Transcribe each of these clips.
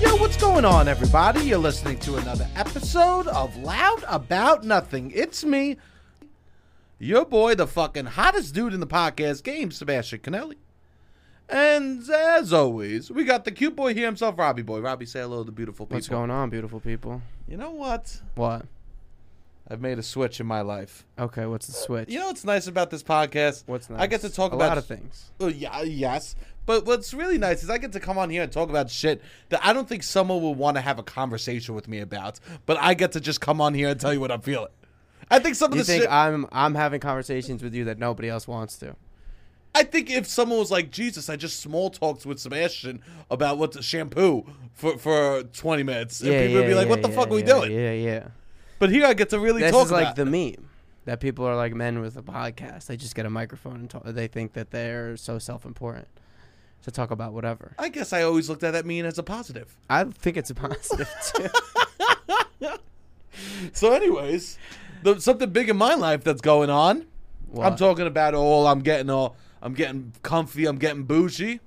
Yo, what's going on, everybody? You're listening to another episode of Loud About Nothing. It's me, your boy, the fucking hottest dude in the podcast game, Sebastian Canelli. And as always, we got the cute boy here himself, Robbie Boy. Robbie, say hello to the beautiful people. What's going on, beautiful people? You know what? What? I've made a switch in my life. Okay, what's the switch? You know what's nice about this podcast? What's nice? I get to talk a about lot of things. Oh yeah, yes. But what's really nice is I get to come on here and talk about shit that I don't think someone will want to have a conversation with me about. But I get to just come on here and tell you what I'm feeling. I think some of You the think shit. I-, I'm I'm having conversations with you that nobody else wants to? think if someone was like Jesus, I just small talked with Sebastian about what the shampoo for for 20 minutes, and people would be like, "What the yeah, fuck are we yeah, doing?" Yeah, yeah. But here I get to really This talk is about. like the meme that people are like men with a podcast. They just get a microphone and talk. They think that they're so self-important to talk about whatever. I guess I always looked at that mean as a positive. I think it's a positive too. So, anyways, the, something big in my life that's going on. I'm What? talking about all. I'm getting all. I'm getting comfy. I'm getting bougie.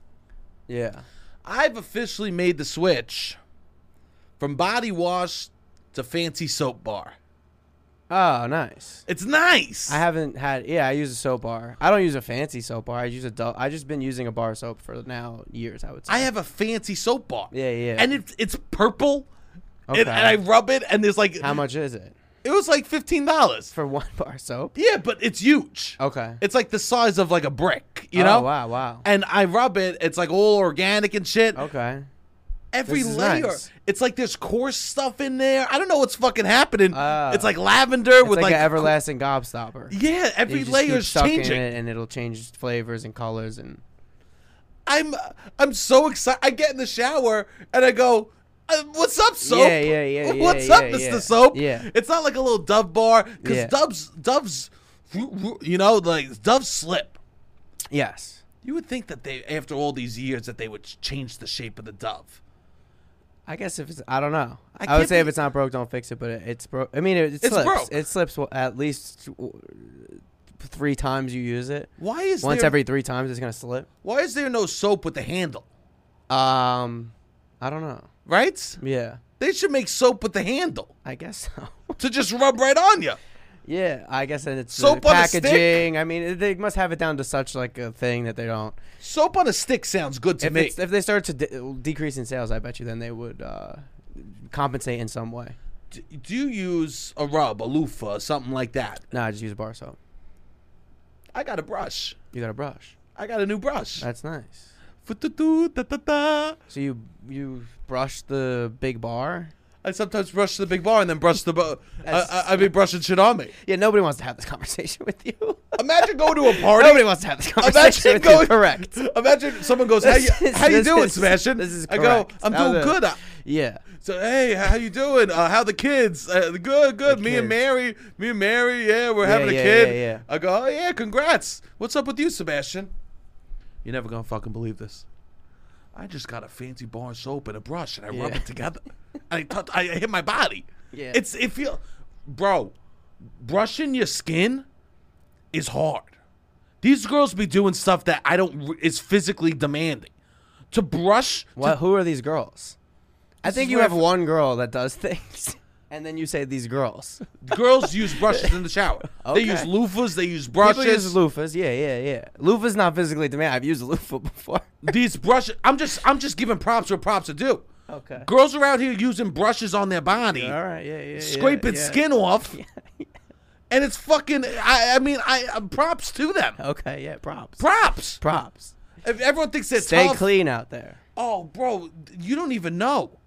yeah. I've officially made the switch from body wash to fancy soap bar. Oh, nice. It's nice. I haven't had. Yeah, I use a soap bar. I don't use a fancy soap bar. I use a. dull- I just been using a bar soap for now years. I would say. I have a fancy soap bar. Yeah, yeah. And it's it's purple. And, Okay. and I rub it, and there's like How much is it it was like fifteen dollars. for one bar soap? Yeah, but it's huge. Okay. It's like the size of like a brick, you Oh, know. Wow, wow. And I rub it. It's like all organic and shit. Okay. Every This is layer. nice. It's like there's coarse stuff in there. I don't know what's fucking happening. Ah. it's like lavender It's with like, like, an co- everlasting gobstopper. Yeah, You every just layer's keep sucking changing. it, and it'll change flavors and colors. And I'm I'm so excited. I get in the shower and I go, uh, "What's up, soap? Yeah, yeah, yeah, yeah, What's up, yeah, Mister yeah. Soap? Yeah. It's not like a little Dove bar because Yeah. Dove's Dove's, you know, like Dove's slip. yes, You would think that they, after all these years, that they would ch- change the shape of the Dove. I guess if it's I don't know. I I, can't would say if be- it's not broke, don't fix it. But it, it's broke. I mean, it, it It's slips. broke. It slips w- at least w- three times you use it. Why is Once there, every three times, it's gonna slip. Why is there no soap with the handle? Um, I don't know. Right? Yeah, They should make soap with the handle I guess so. to just rub right on you. yeah, I guess and it's Soap the on a stick? packaging. I mean, they must have it down to such like a thing that they don't. Soap on a stick sounds good to if, me. it's, if they start to de- decrease in sales, I bet you then they would uh, compensate in some way. D- do you use a rub, a loofah, something like that? No, I just use bar soap. I got a brush. You got a brush. I got a new brush. That's nice. Fu-tu-tu-ta-ta-ta. So you you brush the big bar. I sometimes brush the big bar and then brush the. Bu- I, That's- I, I be brushing shit on me. Yeah, nobody wants to have this conversation with you. Imagine going to a party. nobody wants to have this conversation Imagine with going. you. Correct. Imagine someone goes, "How you, This is- how you this doing, is- Sebastian?" This is I go, correct. "I'm How doing the- good." I- Yeah. So hey, how you doing? Uh, how the kids? Uh, good, good. me and kids. Mary, me and Mary. Yeah, we're having a yeah, kid. yeah, yeah. I go, oh yeah, congrats. What's up with you, Sebastian? You're never gonna fucking believe this. I just got a fancy bar and soap and a brush, and I rub Yeah. it together. and I touch, I hit my body. Yeah. it's it feel, bro. Brushing your skin is hard. These girls be doing stuff that I don't re- is physically demanding. To brush, to What? Who are these girls? I think is you where I have f- one girl that does things, and then you say these girls. girls use brushes in the shower. They Okay. use loofahs. They use People brushes. use loofahs. Yeah, yeah, yeah. Loofah's not physically demand. I've used a loofah before. These brushes. I'm just. I'm just giving props where props are due. Okay. Girls are out here using brushes on their body, All right. Yeah, yeah. yeah, scraping yeah. skin off, and it's fucking. I. I mean, I. uh, props to them. Okay. Yeah. Props. Props. Props. If everyone thinks they're Stay tough, clean out there. oh, bro, you don't even know.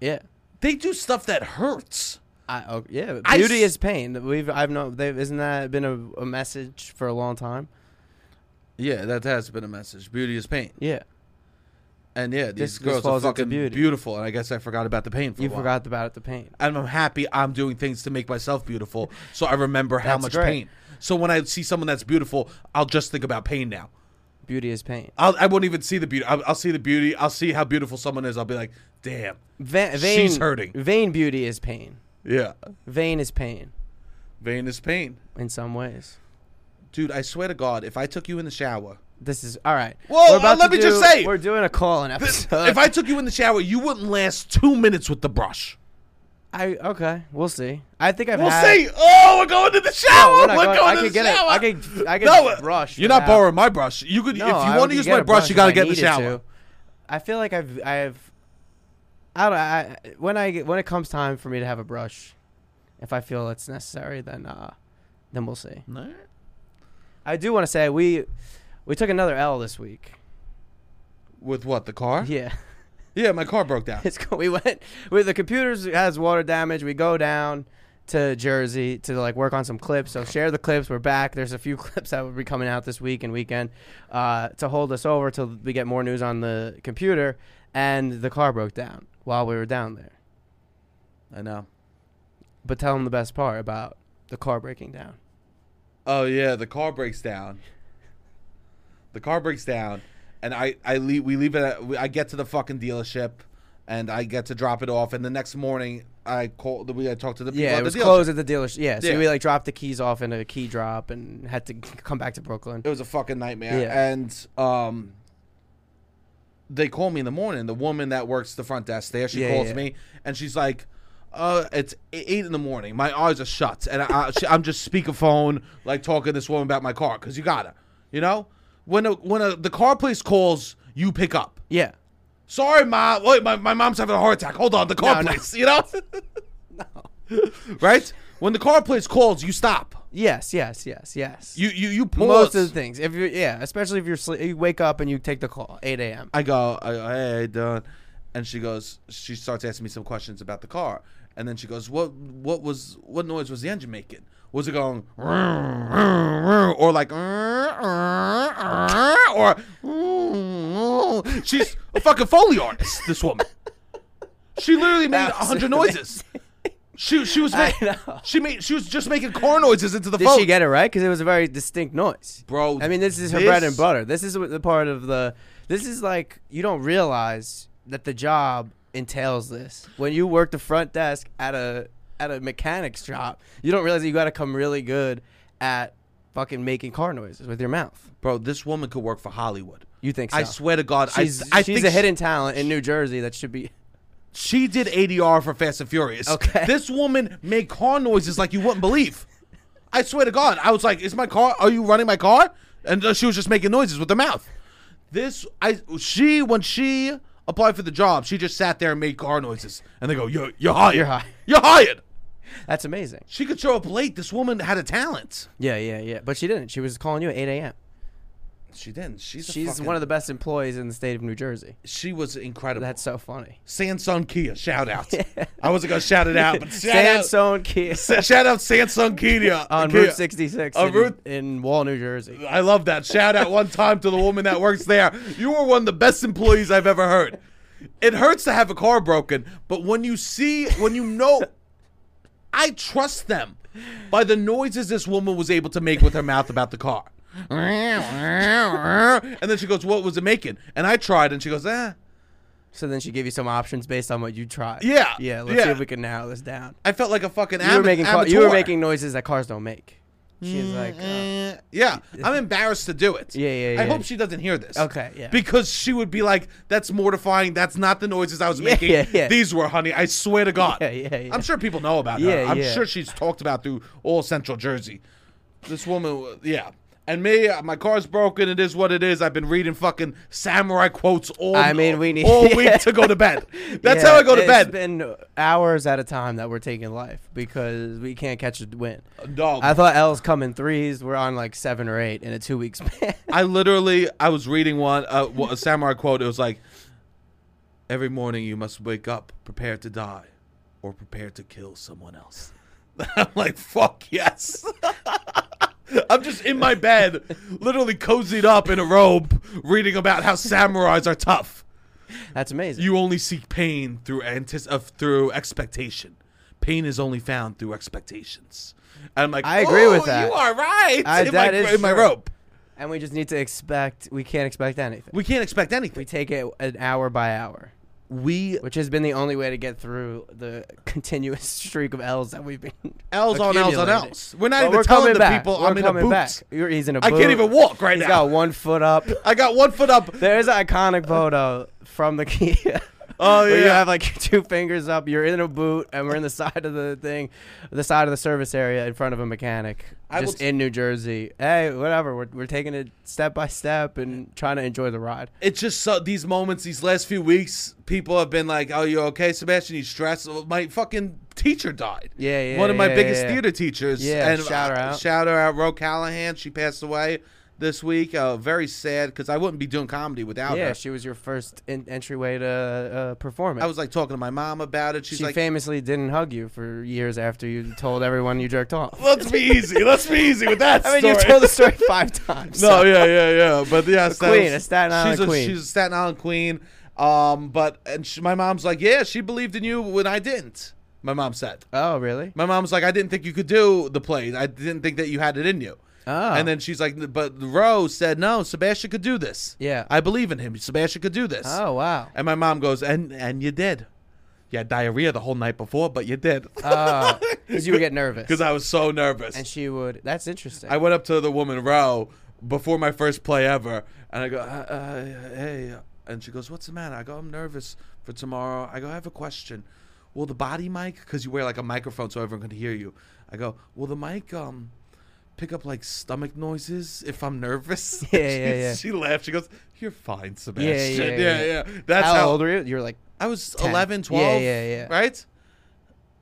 Yeah. They do stuff that hurts. I, oh, yeah. I Beauty s- is pain. We've I've known. They've, isn't that been a, a message for a long time? Yeah, that has been a message. Beauty is pain, Yeah. and yeah, This- this girls are falls into fucking beauty. beautiful. And I guess I forgot about the pain. For You forgot about the pain. and I'm happy I'm doing things to make myself beautiful. So I remember how That's much great. pain. So when I see someone that's beautiful, I'll just think about pain now. Beauty is pain. I'll, I won't even see the beauty. I'll, I'll see the beauty. I'll see how beautiful someone is. I'll be like, damn. Va- vain, She's hurting. Vain beauty is pain. Yeah. Vain is pain Vain is pain. in some ways. Dude, I swear to God, if I took you in the shower, This is all right. Whoa, We're uh, about let to me just do- say- we're doing a call in episode. if I took you in the shower, you wouldn't last two minutes with the brush. I okay, we'll see. I think I've We'll had, see. Oh, we're going to the No, shower. we're we're not going, going- I to could the get it. shower. I could- I could brush You're not without- borrowing my brush. You could, No, if I you want could to use get my a brush, you got if I get in the needed shower. to. I feel like I've I've I don't I when I when it comes time for me to have a brush, if I feel it's necessary, then uh, then we'll see. No. I do want to say we we took another L this week. With what the car? Yeah, Yeah. my car broke down. It's cool. We went with the computers has water damage. We go down to Jersey to like work on some clips. So share the clips. We're back. There's a few clips that will be coming out this week and weekend uh, to hold us over till we get more news on the computer. And the car broke down while we were down there. I know. But tell them the best part about the car breaking down. Oh yeah, the car breaks down. The car breaks down, and I I leave. We leave it. At, we- I get to the fucking dealership, and I get to drop it off. And the next morning, I call. We I talk to the people Yeah, at it was the dealership. closed at the dealership. Yeah, so Yeah. we like dropped the keys off in a key drop and had to come back to Brooklyn. It was a fucking nightmare. Yeah. And um, they call me in the morning. The woman that works the front desk there, she Yeah, calls yeah. me, and she's like, "Uh, it's e- eight in the morning. My eyes are shut, and I, I, she, I'm just speakerphone, like talking to this woman about my car because you gotta, you know, when a, when a, the car place calls, you pick up. Yeah. Sorry, mom. Wait, my, my mom's having a heart attack. Hold on, the car No, no. place. You know, right? When the car place calls, you stop. Yes, yes, yes, yes. You you you pause. Most of the things. If you yeah, especially if you're sle you wake up and you take the call, eight a.m. I go, I go, hey, how you doing? And she goes, she starts asking me some questions about the car, and then she goes, what, what was, what noise was the engine making? Was it going, "Rrr, rrr, rrr," or like, "Rrr, rrr, rrr," or "Rrr, rrr." she's a fucking foley artist. This woman, she literally made a was hundred noises. She she was ma- I know. she made she was just making car noises into the Did phone. she get it right? Because it was a very distinct noise, Bro, I mean, this is her bread and this- butter. This is what the part of the. This is like you don't realize that the job entails this. When you work the front desk at a at a mechanics shop, you don't realize that you got to come really good at fucking making car noises with your mouth. Bro, this woman could work for Hollywood. You think so? I swear to God, she's, I, I she's think a she- hidden talent in New Jersey that should be. She did ADR for Fast and Furious. Okay. This woman made car noises like you wouldn't believe. I swear to God, I was like, "Is my car? Are you running my car?" And uh, she was just making noises with her mouth. This, I, she, when she applied for the job, she just sat there and made car noises. And they go, "You're, you're hired. You're hired." You're hired." That's amazing. She could show up late. This woman had a talent. Yeah, yeah, yeah. But she didn't. She was calling you at 8 a.m. She didn't. She's a She's fucking- one of the best employees in the state of New Jersey. She was incredible. That's so funny. Samsung Kia. Shout out. I wasn't gonna shout it out, but shout out. Sandstone Kia Shout out Samsung Kia on Kia. Route 66 On in, Route- in Wall, New Jersey. I love that. Shout out one time to the woman that works there. You were one of the best employees I've ever heard. It hurts to have a car broken, but when you see, when you know, I trust them by the noises this woman was able to make with her mouth about the car. and then she goes, "What was it making?" And I tried, and she goes, "Ah." So then she gave you some options based on what you tried. Yeah, Yeah, let's see yeah. if we can narrow this down. I felt like a fucking. You were making car, you were making noises that cars don't make. She's like, uh, Mm. yeah, I'm embarrassed to do it. Yeah, yeah, I yeah. hope she doesn't hear this. Okay, yeah. Because she would be like, "That's mortifying. That's not the noises I was making. yeah, yeah. These were, honey. I swear to God. Yeah, yeah, yeah. I'm sure people know about her. Yeah, I'm yeah. sure she's talked about through all Central Jersey. This woman, wa- yeah." And me, uh, my car's broken. It is what it is. I've been reading fucking samurai quotes all. I mean, we need- all yeah. week to go to bed. That's yeah, how I go to It's bed. been hours at a time that we're taking life because we can't catch a win. Dog. I thought L's come in threes. We're on like seven or eight in a two week span. I literally, I was reading one, uh, w- a samurai quote. It was like, "Every morning you must wake up prepared to die, or prepared to kill someone else." I'm like, "Fuck yes." I'm just in my bed, literally cozied up in a robe, reading about how samurais are tough. That's amazing. You only seek pain through antis- uh, through expectation. Pain is only found through expectations. And I'm like, I agree with "Oh, that. You are right. I- in my, that is in my true. robe, And we just need to expect. We can't expect anything. we can't expect anything. We take it an hour by hour. we which has been the only way to get through the continuous streak of L's that we've been. L's on L's on accumulating. L's. We're not But even we're telling coming the back. people We're I'm in a coming boot. back. You're, he's in a boot. I can't even walk right He's now. got one foot up. I got one foot up. There's an iconic photo from the Kia. Oh Where yeah. you have like your two fingers up, you're in a boot, and we're in the side of the thing, the side of the service area in front of a mechanic, I will just t- in New Jersey. Hey, whatever, we're, we're taking it step by step and trying to enjoy the ride. it's just so, these moments these last few weeks people have been like oh you okay sebastian you stressed Well, my fucking teacher died Yeah, yeah, one of my yeah, biggest yeah. theater teachers Yeah, and uh, shout her out. shout her out ro callahan she passed away this week uh, very sad because i wouldn't be doing comedy without Yeah, her she was your first in- entryway to uh, performance. i was like talking to my mom about it she's she like famously didn't hug you for years after you told everyone you jerked off. let's be easy let's be easy with that I mean, story. you've told the story five times. No, so- yeah, yeah, yeah. But yeah, a queen, a Staten Island she's queen. A, she's a Staten Island queen. Um, but and she, my mom's like, yeah, she believed in you when I didn't. My mom said. Oh, really? My mom's like, I didn't think you could do the play. I didn't think that you had it in you. Oh. And then she's like, but Rose said, no, Sebastian could do this. Yeah. I believe in him. Sebastian could do this. Oh, wow. And my mom goes, and and you did. You had diarrhea the whole night before, but you did. Oh, because you would get nervous. Because I was so nervous. and she would. That's interesting. I went up to the woman row before my first play ever, and I go, uh, uh, "Hey," and she goes, "What's the matter?" I go, "I'm nervous for tomorrow." I go, "I have a question. Will the body mic, because you wear like a microphone so everyone can hear you?" I go, "Will the mic um pick up like stomach noises if I'm nervous?" she, Yeah, yeah, yeah. She laughed. She goes, "You're fine, Sebastian. yeah, yeah, yeah. yeah. That's how, how old were you? You were like, I was 10. 11, Yeah, 12. yeah, yeah. Right?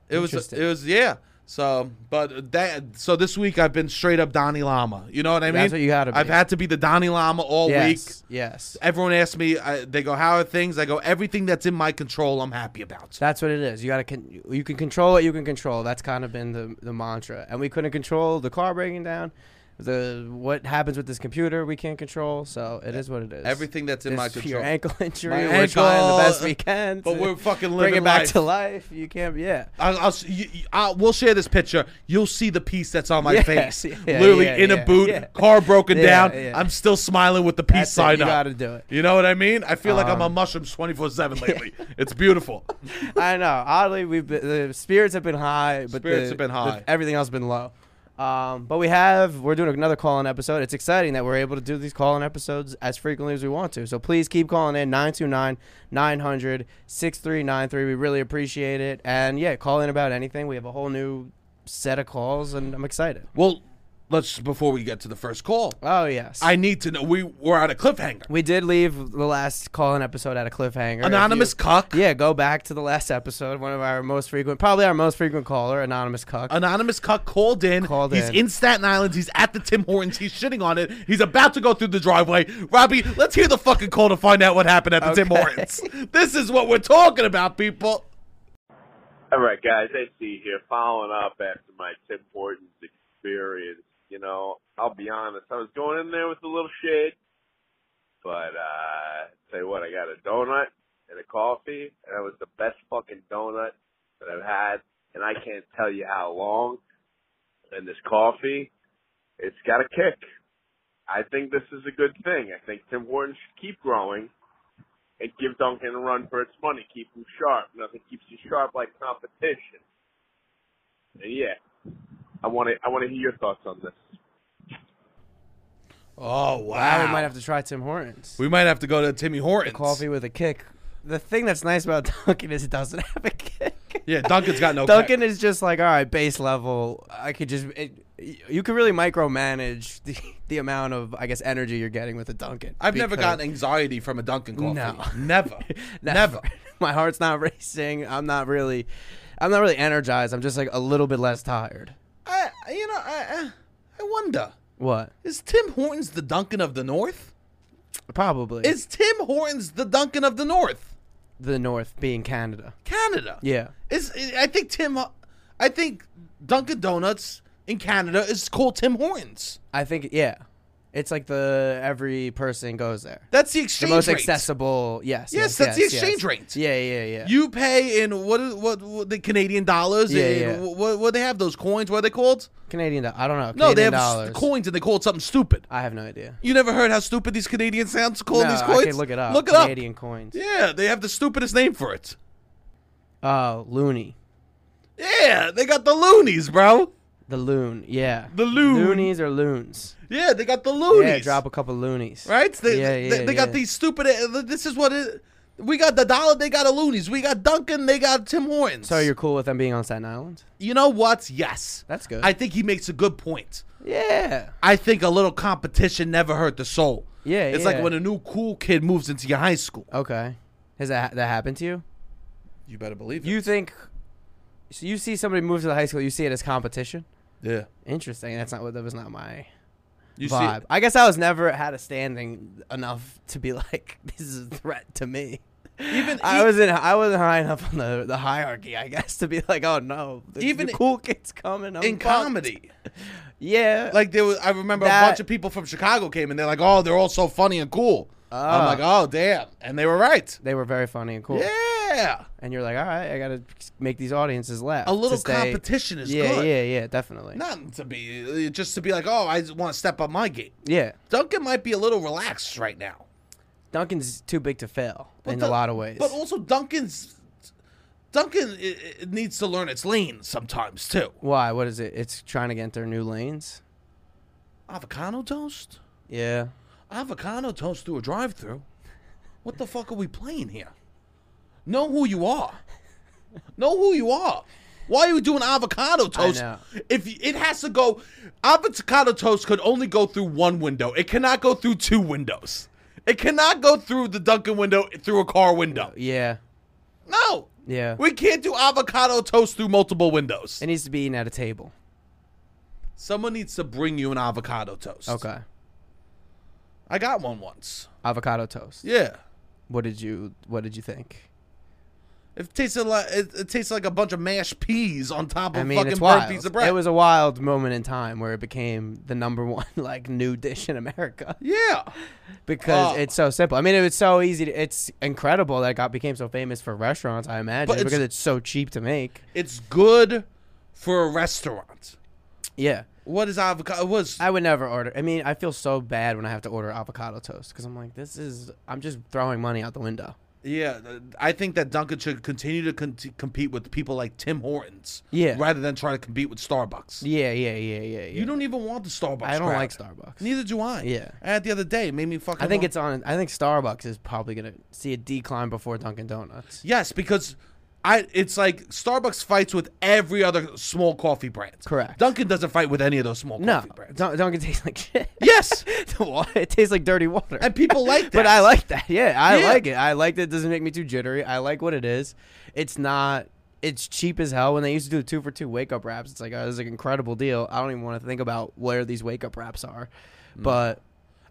It was, Interesting. it was, yeah. So, but that, so this week I've been straight up Donnie Lama. You know what I mean? That's what you gotta be. I've had to be the Donnie Lama all week. yes, yes. Everyone asks me, I, they go, how are things? I go, everything that's in my control, I'm happy about. That's what it is. You gotta, con- you can control what you can control. That's kind of been the the mantra. And we couldn't control the car breaking down, the what happens with this computer we can't control. So E, it is what it is. Everything that's in my This- Your control. ankle injury. My we're trying the ankle, best we can. but to we're fucking bring living it back life. to life. You can't. Yeah. I'll, I'll, s- you, you- I'll, we'll share this picture. You'll see the piece that's on my Yeah, face. yeah, Literally yeah, in yeah, a boot, yeah. car broken Yeah, down. yeah. I'm still smiling with the peace That's it. sign You up. gotta do it. You know what I mean? I feel like Um, I'm on mushrooms 24 7 lately. It's beautiful. I know. Oddly, we've been, the spirits have been high, but Spirits the- have been the- high. everything else has been low. Um, but we have we're doing another call-in episode. It's exciting that we're able to do these call-in episodes as frequently as we want to. So please keep calling in 929-900-6393. We really appreciate it. And yeah, call in about anything. We have a whole new set of calls and I'm excited. Well, let's, before we get to the first call, Oh yes. I need to know. We were at a cliffhanger. we did leave the last call-in episode at a cliffhanger. If you- Anonymous cuck. Yeah, go back to the last episode, one of our most frequent probably our most frequent caller, Anonymous Cuck. Anonymous cuck called in. Called he's in. in Staten Island. He's at the Tim Hortons. He's shitting on it. He's about to go through the driveway. Robbie, let's hear the fucking call to find out what happened at the Tim Okay. Hortons. This is what we're talking about, people. All right, guys, I see here. Following up after my Tim Hortons experience, you know, I'll be honest, I was going in there with a little shade, but uh, tell you what, I got a donut and a coffee, and it was the best fucking donut that I've had, and I can't tell you how long. And this coffee, it's got a kick. I think this is a good thing. I think Tim Hortons should keep growing and give Duncan a run for its money. Keep him sharp. Nothing keeps you sharp like competition. And yeah, I want to I want to hear your thoughts on this. Oh, Now wow. we might have to try Tim Hortons. we might have to go to Timmy Hortons. Coffee with a kick. The thing that's nice about Dunkin' is it doesn't have a kick. Yeah, Duncan's got no Dunkin' is just like all right, base level. I could just it, you could really micromanage the, the amount of I guess energy you're getting with a Dunkin'. I've never because- gotten anxiety from a Dunkin' coffee. No. Never. never. My heart's not racing. I'm not really, I'm not really energized. I'm just like a little bit less tired. I, I- you know, I, I I wonder What? is Tim Hortons the Dunkin' of the North? Probably. Is Tim Hortons the Dunkin' of the North? the North being Canada? Canada. Yeah. Is I think Tim, I think Dunkin' Donuts in Canada is called Tim Hortons. I think yeah. It's like the every person goes there. That's the The exchange most rate. accessible. Yes. Yes, yes that's the yes, exchange yes. rate. Yeah, yeah, yeah. You pay in what is what, what the Canadian dollars? Yeah, and yeah. What, what they have those coins? What are they called? Canadian. do- I don't know. Canadian No, they have s- dollars. coins and they call it something stupid. I have no idea. You never heard how stupid these Canadian sounds call no, these coins? I can look it up. Look it up. Canadian coins. Yeah, they have the stupidest name for it. Oh, loony. Yeah, they got the loonies, bro. The loon. Yeah. The loon. Loonies or loons. Yeah, they got the loonies. Yeah, drop a couple loonies. Right? They, Yeah, they, yeah, they got yeah. these stupid. uh, This is what it. We got the dollar. They got a loonies. We got Duncan. They got Tim Hortons. So you're cool with them being on Staten Island? You know what? Yes, That's good. I think he makes a good point. yeah. I think a little competition never hurt the soul. Yeah, it's yeah. like when a new cool kid moves into your high school. Okay. Has that that happened to you? You better believe You think? So you see somebody move to the high school, you see it as competition. yeah, Interesting. That's not what that was not my you vibe. I guess I was never had a standing enough to be like this is a threat to me. Even I e- wasn't I wasn't high enough on the, the hierarchy, I guess, to be like, oh no, the, Even even i- cool kids coming I'm in fucked." comedy. Yeah, Like there was, I remember a That- bunch of people from Chicago came and they're like, "Oh, they're all so funny and cool." I'm Ah. like, "Oh, damn!" And they were right. they were very funny and cool. Yeah, And you're like, all right, I gotta make these audiences laugh. a to little stay- competition is Yeah, good. yeah, yeah, definitely. Not to be just to be like, "Oh, I want to step up my game." Yeah, Duncan might be a little relaxed right now Duncan's too big to fail But in a Dun- lot of ways. But also, Duncan's Duncan i i needs to learn its lane sometimes too. Why? What is it? It's trying to get into new lanes. Avocado toast, Yeah. avocado toast through a drive-through. What the fuck are we playing here? Know who you are. Know who you are. Why are you doing avocado toast? know. If y- it has to go, avocado toast could only go through one window. It cannot go through two windows. It cannot go through the Duncan window through a car window. Yeah. No. Yeah. We can't do avocado toast through multiple windows. It needs to be eaten at a table. Someone needs to bring you an avocado toast. Okay. I got one once. Avocado toast. Yeah. What did you What did you think? It tasted like it, it tasted like a bunch of mashed peas on top of I mean, fucking it's burnt wild. piece of bread. It was a wild moment in time where it became the number one like new dish in America yeah. because Oh. it's so simple. I mean, it was so easy. To, it's incredible that it got became so famous for restaurants. I imagine But it's- because it's so cheap to make. It's good for a restaurant. Yeah. What is avocado? Was I would never order. I mean, I feel so bad when I have to order avocado toast because I'm like, this is. I'm just throwing money out the window. yeah. I think that Duncan should continue to con- compete with people like Tim Hortons. Yeah. Rather than try to compete with Starbucks. Yeah, yeah, yeah, yeah, yeah. You don't even want the Starbucks. I don't crowd. like Starbucks. Neither do I. Yeah. I had the other day. It made me fucking. I think wa- it's on. I think Starbucks is probably gonna see a decline before Dunkin' Donuts. Yes, because I it's like Starbucks fights with every other small coffee brand. Correct. Dunkin' doesn't fight with any of those small No, coffee brands. Dun- Dunkin' tastes like shit. Yes, it tastes like dirty water. and people like that. but I like that. Yeah, I Yeah. like it. I like that. It doesn't make me too jittery. I like what it is. It's not. It's cheap as hell. When they used to do the two for two wake up wraps, it's like oh, this is an incredible deal. I don't even want to think about where these wake up wraps are. But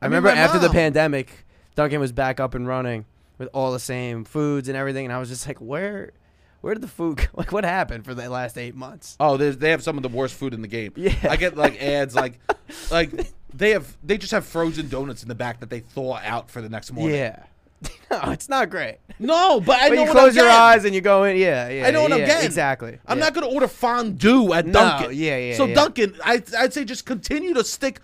I, Mm. mean, remember my after the mom- pandemic, Dunkin' was back up and running with all the same foods and everything, and I was just like, where, where did the food? go? Like, what happened for the last eight months? Oh, there's- they have some of the worst food in the game. Yeah. I get like ads like, like they have they just have frozen donuts in the back that they thaw out for the next morning. Yeah, no, it's not great. No, but I But know you what close I'm your getting. eyes and you go in. Yeah, yeah. I know what I'm yeah, getting. Exactly. I'm yeah. not going to order fondue at No, Dunkin'. yeah, yeah, So yeah. Dunkin', I, I'd say just continue to stick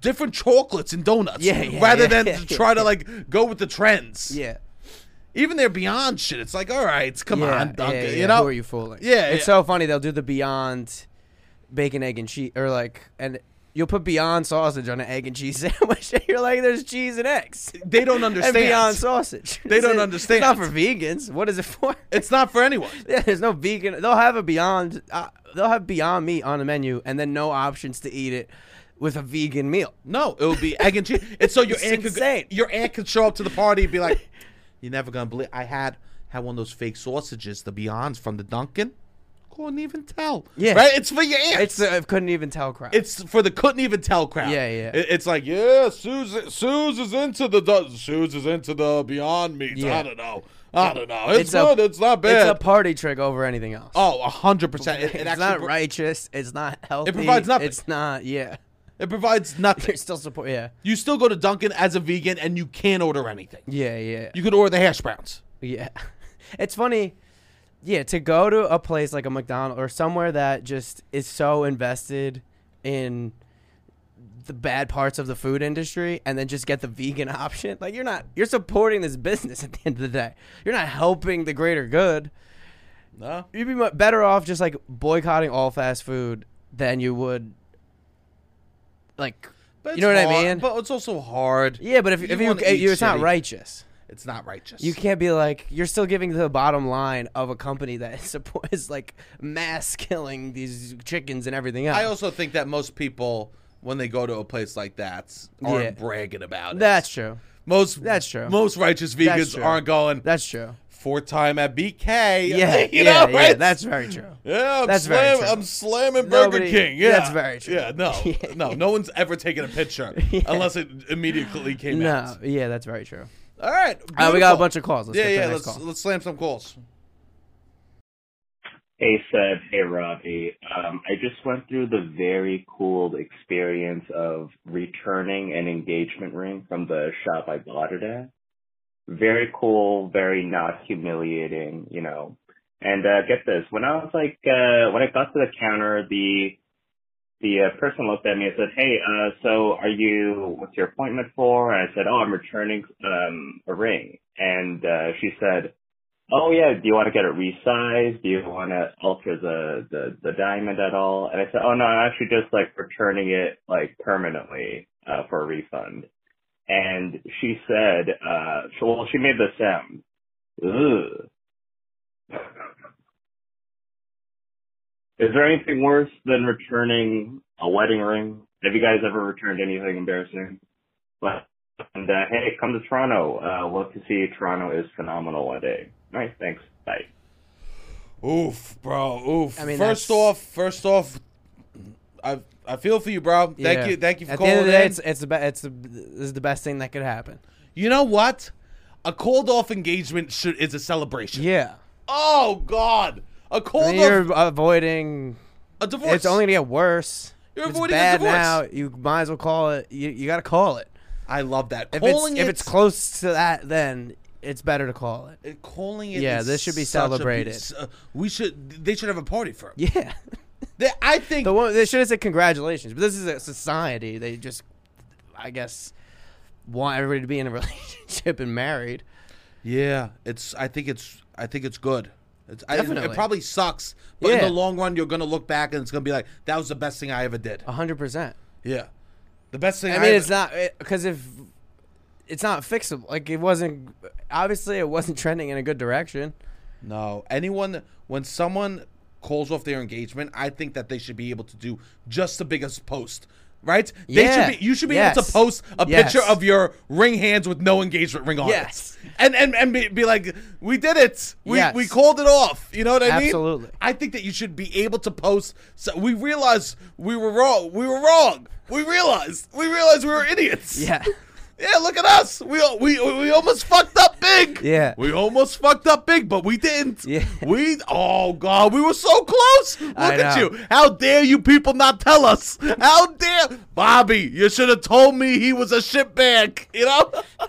different chocolates and donuts Yeah, yeah, rather yeah, than yeah, to yeah, try to like go with the trends. Yeah. Even their Beyond shit, it's like, all right, come on, Dunkin', yeah, you know? who are you fooling? Yeah, it's yeah. so funny. They'll do the Beyond bacon, egg, and cheese, or like, and you'll put Beyond sausage on an egg and cheese sandwich, and you're like, "There's cheese and eggs." They don't And understand. Beyond sausage. They don't It's understand. not for vegans. What is it for? it's not for anyone. Yeah, there's no vegan. They'll have a Beyond. Uh, they'll have Beyond meat on the menu, and then no options to eat it with a vegan meal. No, it would be egg and cheese. And so your It's aunt could go, insane. your aunt could show up to the party and be like, "You're never gonna believe I had had one of those fake sausages, the Beyonds from the Dunkin'. Couldn't even tell. Yeah. right. It's for your aunt. It's uh, I couldn't even tell crowd. it's for the couldn't even tell crowd. Yeah, yeah. It- it's like, yeah, Suze, Suze is into the Du- Suze is into the Beyond Meats. I Yeah. don't know. I don't know. It's, a- good. it's not bad. It's a party trick over anything else. oh, hundred percent. It, it it's actually not pro- righteous. It's not healthy. provides nothing. It's not. Yeah. It provides nothing. You're still support. Yeah. You still go to Dunkin' as a vegan and you can't order anything. Yeah. Yeah. You could order the hash browns. Yeah. It's funny. Yeah, to go to a place like a McDonald's or somewhere that just is so invested in the bad parts of the food industry and then just get the vegan option. Like you're not you're supporting this business at the end of the day. You're not helping the greater good. No. You'd be mu- better off just like boycotting all fast food than you would like But you know what it's I hard- mean? But it's also hard. yeah, but if You if you, wanna eat you it's not shitty. righteous. It's not righteous. You can't be like you're still giving to the bottom line of a company that supports like mass killing these chickens and everything else. I also think that most people, when they go to a place like that, aren't Yeah. bragging about it. that's true. most. that's true. Most righteous vegans true. aren't going That's true. four time at BK. Yeah, you yeah, know, right? yeah. That's very true. Yeah, I'm, That's very slam- true. I'm slamming Burger Nobody- King. Yeah, that's very true. Yeah, no, no, no one's ever taken a picture unless it immediately came No, out. yeah, that's very true. All right, Uh, we got beautiful. a bunch of calls. Let's yeah, get to yeah. the Let's next call. let's slam some calls. Hey Seb, hey Robbie. Um, I just went through the very cool experience of returning an engagement ring from the shop I bought it at. Very cool, very not humiliating, you know. And uh, get this, when I was like, uh, when I got to the counter, the the uh, person looked at me and said, "Hey, uh, so are you? What's your appointment for?" And I said, "Oh, I'm returning um, a ring." And uh, she said, "Oh yeah, do you want to get it resized? Do you want to alter the, the the diamond at all?" And I said, "Oh no, I'm actually just like returning it like permanently uh, for a refund." And she said, uh, so, "Well, she made the sound." Ugh. Is there anything worse than returning a wedding ring? Have you guys ever returned anything embarrassing? But and uh, hey, come to Toronto. Uh, love to see you. Toronto is phenomenal one day. All right, thanks. Bye. Oof, bro. Oof. I mean, first that's- off, first off, I I feel for you, bro. Thank Yeah. you, thank you for At the calling end of the day, in. it's it's the be- it's the, this is the best thing that could happen. You know what? A called off engagement should, is a celebration. Yeah, Oh God, a I called mean, off you're avoiding. a divorce. It's only gonna get worse. You're If it's avoiding a bad divorce. now. You might as well call it. You, you got to call it. I love that. If it's calling if it- it's close to that, then it's better to call it. it- calling it. Yeah, is this should be such a be- celebrated. s- uh, we should. They should have a party for it. Yeah. They- I think The one they should have said congratulations, but this is a society. They just, I guess, want everybody to be in a relationship and married. Yeah, it's. I think it's. I think it's good. It's, I, it Definitely. probably sucks, but in Yeah. the long run, you're gonna look back and it's gonna be like that was the best thing I ever did. A hundred percent. Yeah, the best thing. I I, mean, ever- it's not because if it's not fixable, like it wasn't. Obviously, it wasn't trending in a good direction. No, anyone when someone calls off their engagement, I think that they should be able to do just the biggest post. Right? They Yeah. should be you should be able to Yes. post a Yes. picture of your ring hands with no engagement ring on Yes. it. And and and be, be like, "We did it. We Yes. we called it off." You know what I mean? Absolutely. I think that you should be able to post so we realized we were wrong. We were wrong. We realized. We realized we were idiots. Yeah. Yeah, look at us. We al- we we almost fucked up big. Yeah. We almost fucked up big, but we didn't. Yeah. We oh god, we were so close. Look I at know. you. How dare you people not tell us? How dare Bobby, you should have told me he was a shitbag, you know?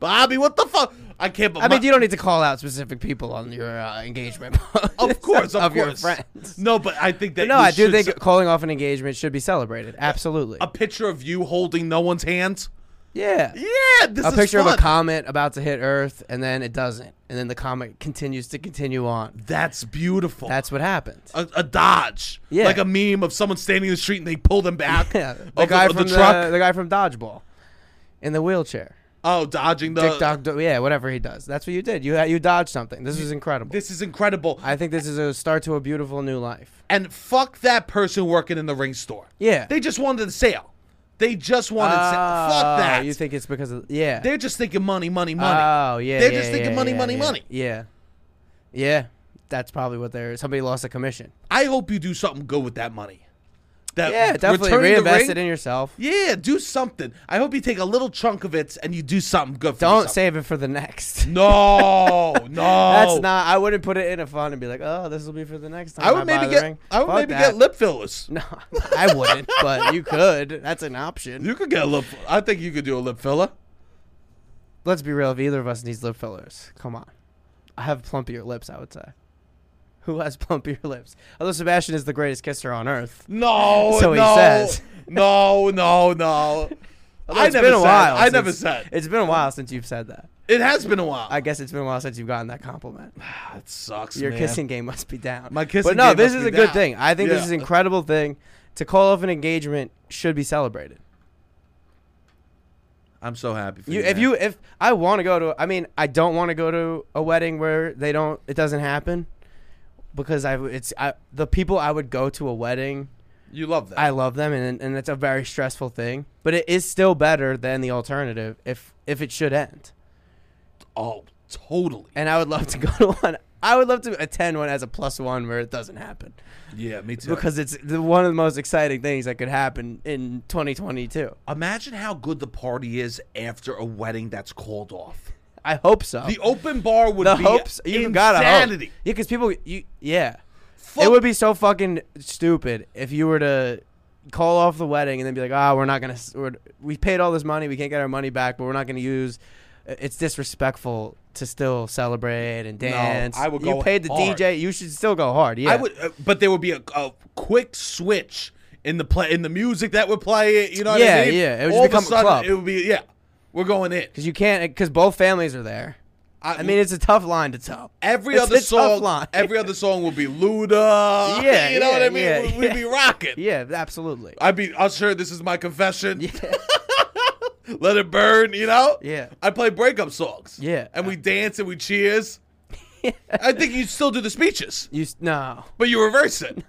Bobby, what the fuck? I can't I mean, you don't need to call out specific people on your uh, engagement. post Of course, of, of your course. friends. No, but I think that No, you I do should think s- calling off an engagement should be celebrated. Absolutely. a picture of you holding no one's hands. yeah. Yeah, this a is picture fun. of a comet about to hit Earth, and then it doesn't, and then the comet continues to continue on. That's beautiful. That's what happened. a, a dodge, Yeah. like a meme of someone standing in the street and they pull them back. Yeah, of the guy of from the the, truck. the guy from Dodgeball, in the wheelchair. oh, dodging the. Dick Doc, do- yeah, whatever he does. That's what you did. You you dodged something. This is incredible. This is incredible. I think this is a start to a beautiful new life. and fuck that person working in the ring store. Yeah. they just wanted the sale. They just wanted sale. Oh, Fuck that. You think it's because of yeah? They're just thinking money, money, money. oh yeah. They're yeah, just thinking yeah, money, yeah, money, yeah. money. Yeah, yeah. That's probably what they're. Somebody lost a commission. I hope you do something good with that money. That Yeah, definitely Uh, returning the reinvest ring- it in yourself. Yeah, do something. I hope you take a little chunk of it and you do something good. For Don't yourself. save it for the next. no, no. That's not. I wouldn't put it in a fund and be like, oh, this will be for the next time. I would buy maybe the get. ring." I would Fuck maybe that. get lip fillers. No, I wouldn't. but you could. That's an option. You could get a lip. I think you could do a lip filler. Let's be real. If either of us needs lip fillers, come on. I have plumpier lips. I would say. Who has plumpier lips? Although Sebastian is the greatest kisser on earth. No, So he no, says. no, no, no. Although I it's never been a said- while. I never since- said. It's been a while since you've said that. It has been a while. I guess it's been a while since you've gotten that compliment. that sucks. Your man. kissing game must be down. My kissing But no, game this must is be a good down. thing. I think this Yeah. is an incredible thing. To call off an engagement should be celebrated. I'm so happy for you. You, if man. you, if I want to go to, I mean, I don't want to go to a wedding where they don't, it doesn't happen, because I, w- it's I, the people I would go to a wedding, you love that. I love them, and and it's a very stressful thing. But it is still better than the alternative if if it should end. oh, totally. And I would love to go to one. I would love to attend one as a plus one where it doesn't happen. Yeah, me too. because it's the, one of the most exciting things that could happen in 2022. imagine how good the party is after a wedding that's called off. I hope so. The open bar would The be hopes you insanity. gotta hope. Yeah, because people, you yeah, Fuck- it would be so fucking stupid if you were to call off the wedding and then be like, ah, we're not gonna, s- we're, we paid all this money, we can't get our money back, but we're not gonna use. It's disrespectful to still celebrate and dance. I would go you paid the hard. DJ, you should still go hard. Yeah, I would, uh, but there would be a, a quick switch in the play in the music that would play. You know what Yeah, I mean? yeah, it would All become of a a sudden, club. it would be yeah. We're going in. because you can't because both families are there. I mean, it's a tough line to toe. every it's other the tough song, line. every other song would be Luda. Yeah, you know what yeah, I mean. yeah, We- We'd be rocking. Yeah, absolutely. I'd be Usher. This is my confession. Let it burn. You know. Yeah. I play breakup songs. Yeah. and we dance and we cheers. I think you still do the speeches, You s- no. but you reverse it.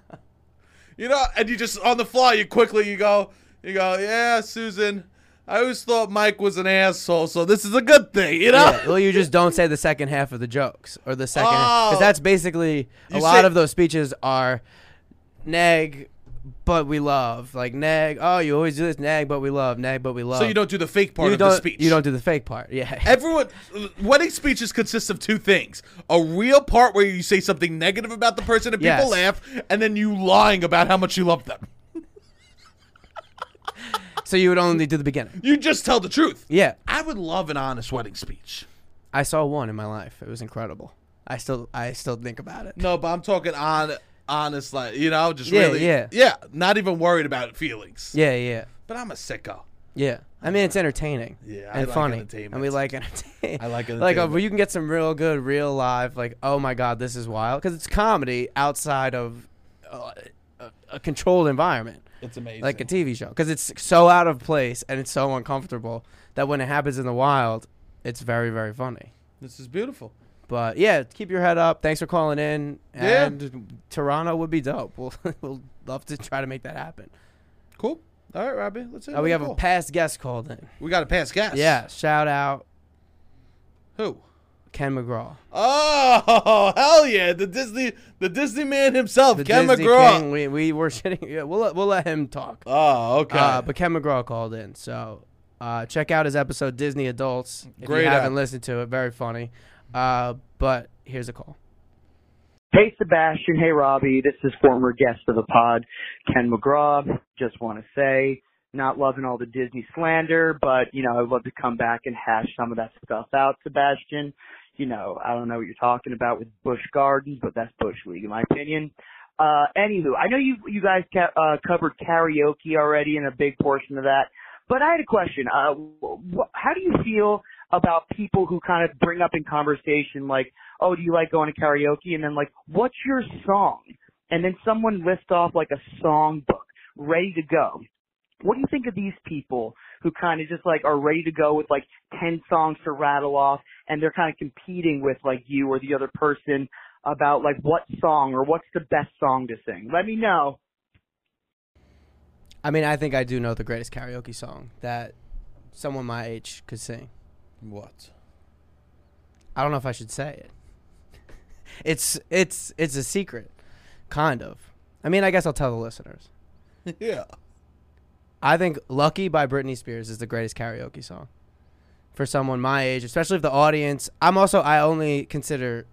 You know, and you just on the fly, you quickly you go, you go, yeah, Susan. I always thought Mike was an asshole, so this is a good thing, you know. Yeah, well, you just don't say the second half of the jokes or the second half. Oh. Because that's basically a You lot say- of those speeches are nag, but we love. Like nag, oh, you always do this, nag, but we love, nag, but we love. So you don't do the fake part you of don't, the speech. You don't do the fake part. Yeah. Everyone, wedding speeches consist of two things: a real part where you say something negative about the person and Yes. people laugh, and then you lying about how much you love them. so you would only do the beginning. You just tell the truth. Yeah. I would love an honest wedding speech. I saw one in my life. It was incredible. I still, I still think about it. No, but I'm talking on honest, like you know, just Yeah, really, yeah. yeah, not even worried about feelings. Yeah, yeah, But I'm a sicko. yeah. I mean, it's entertaining. Yeah, I and like funny, and entertainment. we like entertainment. I like Like, uh, entertainment. where you can get some real good, real live. Like, oh my god, this is wild because it's comedy outside of uh, a, a controlled environment, It's amazing. like a TV show, because it's so out of place and it's so uncomfortable that when it happens in the wild, it's very, very funny. this is beautiful. But yeah, keep your head up. Thanks for calling in. Yeah. And Toronto would be dope. We'll, we'll love to try to make that happen. Cool. All right, Robbie. Let's. Uh, we have a past guest called in. we got a past guest. Yeah, shout out Who? Ken McGraw. Oh hell yeah! The Disney, the Disney man himself, The Ken Disney McGraw. King, we, we were shitting. Yeah, we'll, let- we'll let him talk. Oh okay. Uh, but Ken McGraw called in. So uh, check out his episode, Disney Adults. If Great you app. haven't listened to it, very funny. Uh, but here's a call. Hey Sebastian, hey Robbie, this is former guest of the pod, Ken McGraw. Just want to say, not loving all the Disney slander, but you know, I'd love to come back and hash some of that stuff out, Sebastian. You know, I don't know what you're talking about with Bush Gardens, but that's Bush League in my opinion. Uh, anywho, I know you you guys ca- uh, covered karaoke already and a big portion of that, but I had a question. Uh, wh- how do you feel about people who kind of bring up in conversation like oh, do you like going to karaoke? And then like, what's your song? And then someone lists off like a song book ready to go. What do you think of these people who kind of just like are ready to go with like 10 songs to rattle off and they're kind of competing with like you or the other person about like what song or what's the best song to sing? Let me know. I mean, I think I do know the greatest karaoke song that someone my age could sing. what? I don't know if I should say it. It's it's it's a secret, kind of. I mean, I guess I'll tell the listeners. Yeah. I think "Lucky" by Britney Spears is the greatest karaoke song for someone my age, especially if the audience. I'm also I only consider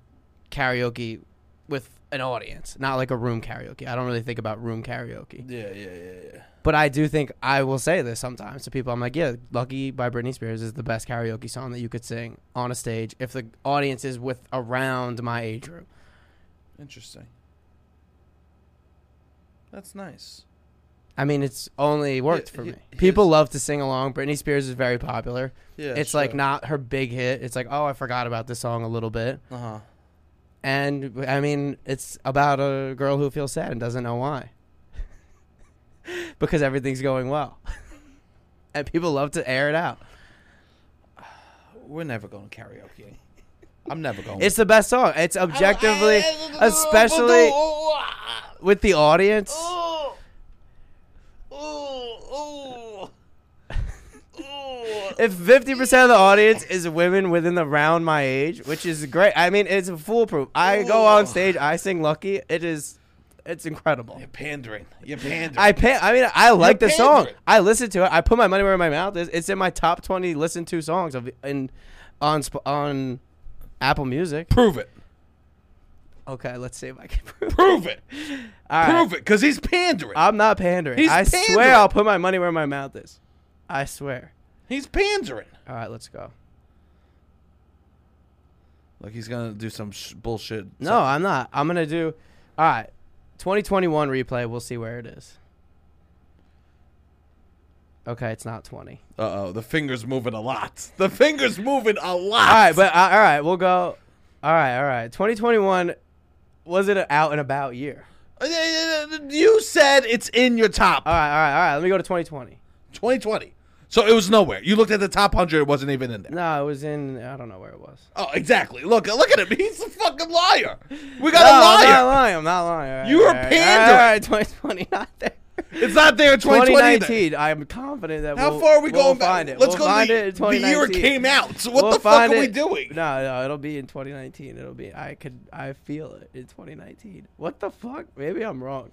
karaoke with an audience, not like a room karaoke. I don't really think about room karaoke, Yeah, yeah, yeah, yeah. but I do think I will say this sometimes to people. I'm like, yeah, "Lucky" by Britney Spears is the best karaoke song that you could sing on a stage if the audience is with around my age group. Interesting. That's nice. I mean, it's only worked Yeah, for he- me. here's- People love to sing along. Britney Spears is very popular. Yeah, it's like not her big hit. It's like, oh, I forgot about this song a little bit. Uh huh. And I mean, it's about a girl who feels sad and doesn't know why because everything's going well. and people love to air it out. We're never going to karaoke. I'm never going. It's the best song. It's objectively, especially with the audience. Oh. If 50% of the audience is women within the round my age, which is great. I mean, it's foolproof. I go on stage, I sing Lucky. It is it's incredible. You're pandering. You're pandering. I pay, I mean, I like the song. pandering. I listen to it. I put my money where my mouth is. It's in my top 20 listened to songs of in on Sp- on Apple Music. prove it. Okay, let's see if I can prove. Prove it. All right. Uh, Prove it. Because he's pandering. I'm not pandering. He's I pandering. swear I'll put my money where my mouth is. I swear. he's pandering. All right, let's go. Like he's gonna do some sh- bullshit. No, I'm not. I'm gonna do. All right, 2021 replay. We'll see where it is. Okay, it's not 20. Uh oh. The fingers moving a lot. The fingers moving a lot. All right, but uh, all right, we'll go. All right, all right. 2021 was it an out and about year? Uh, you said it's in your top All right, all right, all right. Let me go to 2020. 2020. So it was nowhere. You looked at the top hundred. It wasn't even in there. No, it was in. I don't know where it was. Oh, exactly. Look, look at him. He's a fucking liar. We got no, a liar. I'm not lying. I'm not lying. All right, You were all right, pandering. All right, 2020, not there. It's not there in 2020. either. 2019. I'm confident that How we'll, far are we we'll going back? find It. Let's go. we'll Find the, it in the year it 2019. came out. So what We'll the fuck find are we it. doing? No, no, it'll be in 2019. It'll be. I could. I feel it in 2019. What the fuck? Maybe I'm wrong.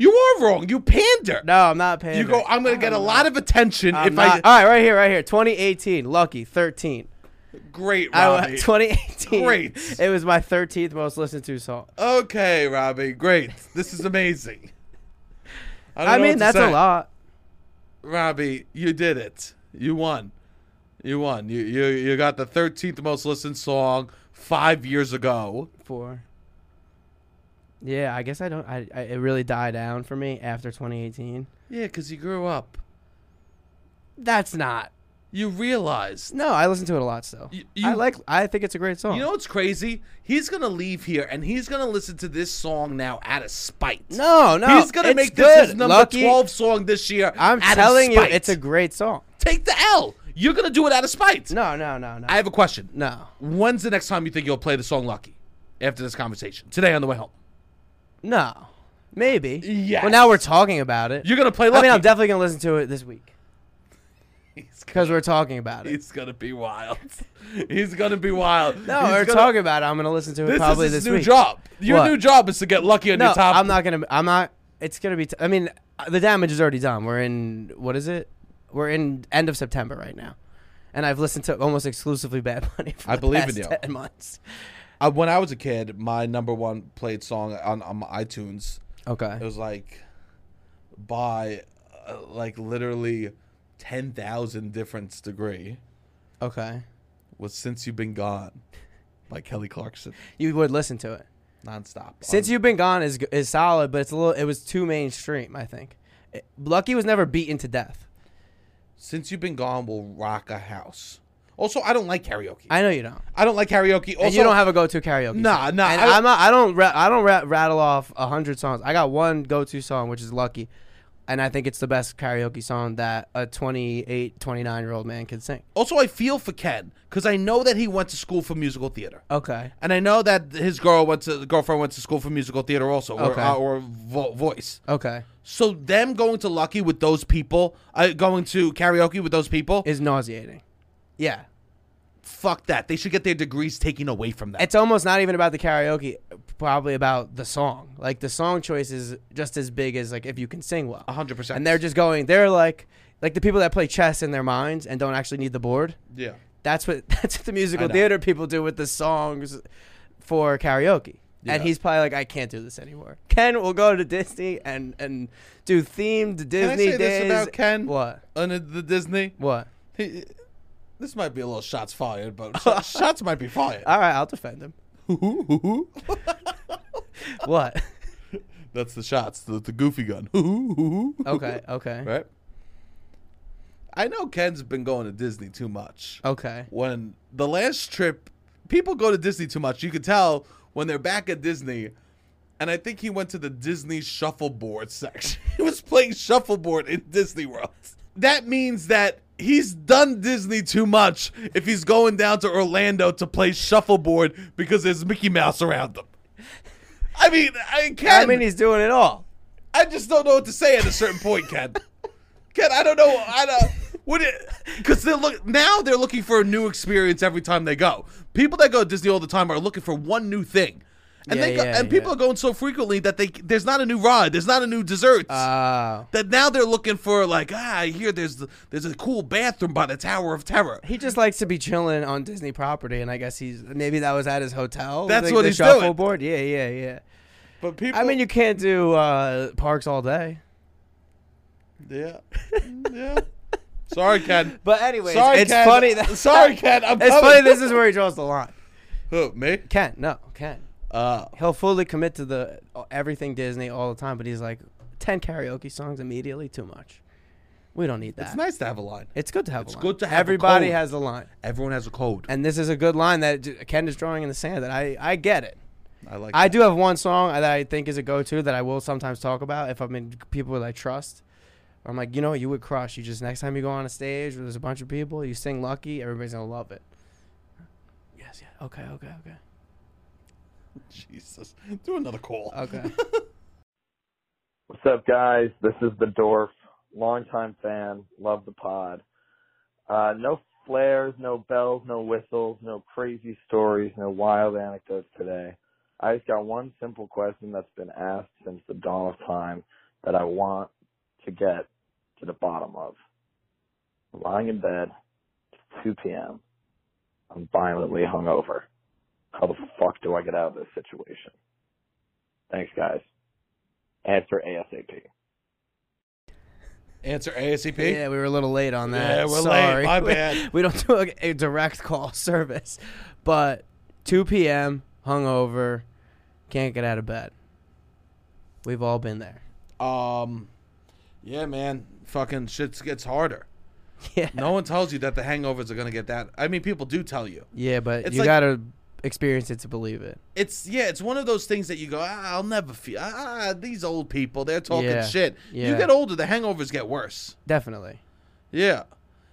You are wrong. You pander. No, I'm not paying. you go. I'm gonna get a lot of attention I'm if not, I. all right, right here, right here. 2018, lucky 13. Great, I, Robbie. 2018. Great. It was my 13th most listened to song. okay, Robbie. Great. This is amazing. don't I know what mean, to that's say. a lot. Robbie. You did it. You won. You won. You you you got the 13th most listened song five years ago. Four. Yeah, I guess I don't. I, I it really died down for me after 2018. Yeah, because you grew up. That's not. You realized. No, I listen to it a lot still. You- I you- like. I think it's a great song. You know what's crazy? He's gonna leave here and he's gonna listen to this song now out of spite. no, no. he's gonna it's make good. this his number Lucky. twelve song this year. I'm out of telling you, spite. it's a great song. take the L. You're gonna do it out of spite. No, no, no, no. I have a question. no. When's the next time you think you'll play the song "Lucky"? After this conversation today on the way home, No. Maybe. Yes. Well, now we're talking about it. you're gonna play I "Lucky." mean, I'm definitely going to listen to it this week He's gonna- because we're talking about it. He's gonna be wild. He's gonna be wild. No, He's we're gonna- talking about it. I'm going to listen to it This probably is his this new week. job. Your What? new job is to get lucky on No, your top. I'm not going to. I'm not. It's going to be. T- I mean, uh, the damage is already done. We're in. What is it? We're in end of September right now. And I've listened to almost exclusively Bad Bunny for I the believe in past you. 10 months. Uh, when I was a kid, my number one played song on, on my iTunes Okay. it was like by uh, like literally 10,000 difference degree Okay. was Since You've Been Gone by Kelly Clarkson You would listen to it. nonstop. Since on- you've been gone is is solid, but it's a little. It was too mainstream, I think. It- Lucky was never beaten to death. Since You've Been Gone will rock a house. Also, I don't like karaoke. I, I know you don't, don't like karaoke. Also, and you don't have a go-to karaoke. Nah, song. nah, And I- I, am not, I don't. Ra- I don't ra- rattle off a hundred songs. I got one go-to song, which is Lucky, and I think it's the best karaoke song that a 28, 29 year old man can sing. also I feel for Ken cuz I know that he went to school for musical theater. Okay. And I know that his girl went to girlfriend went to school for musical theater also or, Okay. uh, or vo- voice. Okay. So them going to Lucky with those people, uh, going to karaoke with those people, Is nauseating. Yeah. fuck that. They should get their degrees taken away from them. It's almost not even about the karaoke probably about the song. Like the song choice is just as big as like if you can sing well. 100%. And they're just going. They're like like the people that play chess in their minds and don't actually need the board. yeah. That's what that's what the musical know. theater people do with the songs for karaoke. Yeah. And he's probably like, I can't do this anymore. Ken will go to Disney and and do themed Disney Can I say days. this about Ken? What? Under the Disney? What? He, this might be a little shots fired, but sh- shots might be fired. All right, I'll defend him. What? That's the shots, the, the goofy gun. Okay. Okay. Right? I know Ken's been going to Disney too much. Okay. When the last trip, people go to Disney too much. You could tell when they're back at Disney. And I think he went to the Disney shuffleboard section. he was playing shuffleboard in Disney World. That means that he's done Disney too much if he's going down to Orlando to play shuffleboard because there's Mickey Mouse around him. I mean, I I Ken, mean, he's doing it all. I just don't know what to say at a certain point, Ken. Ken, I don't know. I don't. Would it? Because they look now. They're looking for a new experience every time they go. People that go to Disney all the time are looking for one new thing, and Yeah, they go, yeah, and people yeah. are going so frequently that they there's not a new ride, there's not a new dessert. Uh, that now they're looking for like ah, I hear there's the, there's a cool bathroom by the Tower of Terror. he just likes to be chilling on Disney property, and I guess he's maybe that was at his hotel. That's like what the he's doing. shuffleboard. Yeah, yeah, yeah. But people, I mean, you can't do uh, parks all day. yeah, Mm, yeah. Sorry, Ken. But anyways, Sorry, it's Ken. funny. That, Sorry, Ken. I'm it's coming. funny. This is where he draws the line. Who me? Ken, no, Ken. Uh, He'll fully commit to the uh, everything Disney all the time, but he's like ten karaoke songs immediately. Too much. We don't need that. it's nice to have a line. It's good to have. It's a line. good to have a Everybody code. has a line, Everyone has a code. and this is a good line that j- Ken is drawing in the sand. That I, I get it. I like. I do have one song that I think is a go-to that I will sometimes talk about if I'm in people that I trust. I'm like, you know, what, you would crush. You just next time you go on a stage where there's a bunch of people, you sing "Lucky," everybody's gonna love it. Yes, yeah, okay, okay, okay, Jesus. Do another call. okay. What's up, guys? This is the Dorf, longtime fan, love the pod. Uh, no flares, no bells, no whistles, no crazy stories, no wild anecdotes today. I just got one simple question that's been asked since the dawn of time that I want to get to the bottom of. I'm lying in bed, it's 2 p.m. I'm violently hungover. How the fuck do I get out of this situation? Thanks, guys. Answer ASAP. Answer ASAP. yeah, we were a little late on that. Yeah, we're late. Sorry. My We- bad. We don't do a, a direct call service, but 2 p.m. hungover, can't get out of bed. We've all been there. Um, yeah, man. Fucking shit gets harder. Yeah. No one tells you that the hangovers are gonna get that. I mean, people do tell you. Yeah, but It's you like- gotta experience it to believe it. It's yeah, it's one of those things that you go, ah, I'll never feel. Ah, these old people, they're talking Yeah. shit. You Yeah. get older, the hangovers get worse. Definitely. Yeah.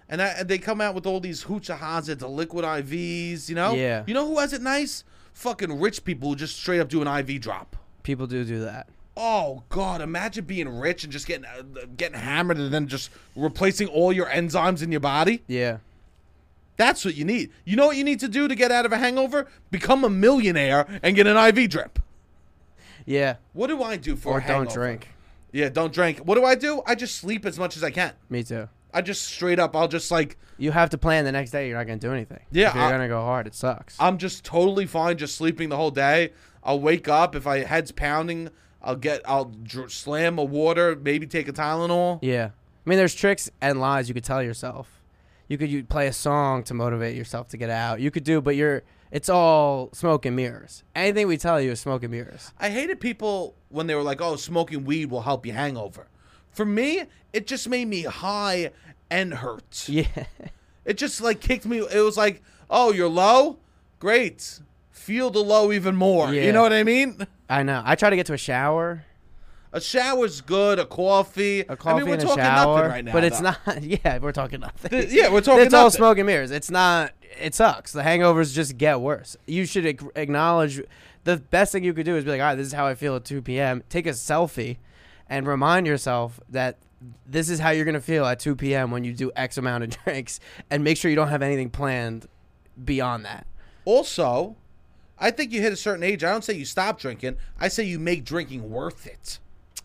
And, I, and they come out with all these hoochah hazards, the liquid IVs, you know? Yeah. You know who has it nice? Fucking rich people who just straight up do an IV drop. People do do that. Oh God! Imagine being rich and just getting uh, getting hammered, and then just replacing all your enzymes in your body. Yeah. That's what you need. You know what you need to do to get out of a hangover? Become a millionaire and get an IV drip. Yeah. What do I do for Or a hangover? don't drink. Yeah, don't drink. What do I do? I just sleep as much as I can. Me too. I just straight up. I'll just like You have to plan the next day. You're not gonna do anything. Yeah, If you're I- gonna go hard. It sucks. I'm just totally fine just sleeping the whole day. I'll wake up if I head's pounding. I'll get. I'll dr- slam a water. Maybe take a Tylenol. yeah. I mean, there's tricks and lies you could tell yourself. You could you play a song to motivate yourself to get out. You could do, but you're. It's all smoke and mirrors. Anything we tell you is smoke and mirrors. I hated people when they were like, "Oh, smoking weed will help you hangover." For me, it just made me high and hurt. Yeah. It just like kicked me. It was like, "Oh, you're low? Great. Feel the low even more." You Yeah. know what I mean? I know. I try to get to a shower. A shower's good. A coffee. A coffee I mean, we're and a talking shower. nothing right now, but it's though. not. Yeah, we're talking nothing. Th- yeah, we're talking It's all nothing. smoke and mirrors. It's not. It sucks. The hangovers just get worse. You should ac- acknowledge. The best thing you could do is be like, all right, this is how I feel at 2 p.m. Take a selfie, and remind yourself that this is how you're gonna feel at 2 p.m. when you do X amount of drinks, and make sure you don't have anything planned beyond that. Also, I think you hit a certain age. I don't say you stop drinking. I say you make drinking worth it.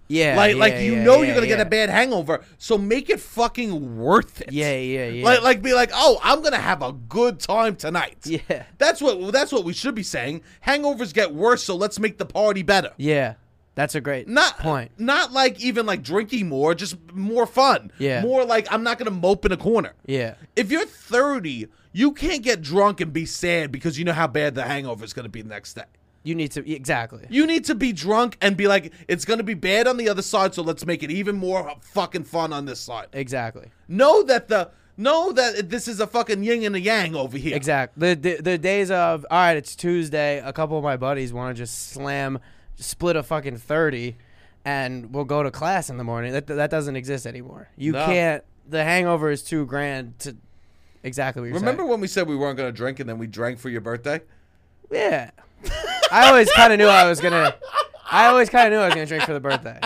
Yeah. like, like yeah, you yeah, know yeah, you're gonna yeah. get a bad hangover, so make it fucking worth it. Yeah, yeah, yeah. Like, like be like, oh, I'm gonna have a good time tonight. yeah. That's what that's what we should be saying. Hangovers get worse, so let's make the party better. Yeah. That's a great Not point. Not like even like drinking more, just more fun. Yeah. More like I'm not gonna mope in a corner. Yeah. If you're 30, you can't get drunk and be sad because you know how bad the hangover is gonna be the next day. You need to exactly. You need to be drunk and be like, it's gonna be bad on the other side, so let's make it even more fucking fun on this Eh. side. Exactly. Know that the know that this is a fucking yin and a yang over here. Exactly. The, the the days of all right, it's Tuesday. A couple of my buddies want to just slam, split a fucking thirty, and we'll go to class in the morning. That that doesn't exist anymore. You No. can't. The hangover is too grand to. Exactly what you're Remember saying. when we said we weren't gonna drink and then we drank for your birthday? Yeah. I always kind of knew I was gonna. I always kind of knew I was gonna drink for the birthday.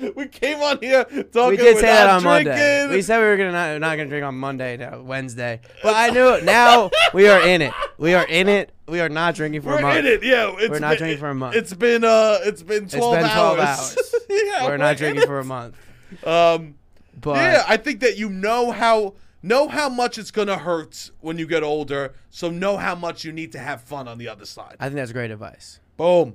We came on here talking. We we're did say that not on Monday. drinking. We said we were gonna not, not gonna drink on Monday, no, Wednesday. But I knew it. Now we are in it. We are in it. We are not drinking for a We're month. in it, yeah. It's We're not been- drinking for a month. It's been uh, it's been It's twelve been hours. twelve hours. yeah, we're not drinking for a month. for. Um, But yeah, I think that you know how know how much it's gonna hurt when you get older, so know how much you need to have fun on the other side. I think that's great advice. Boom.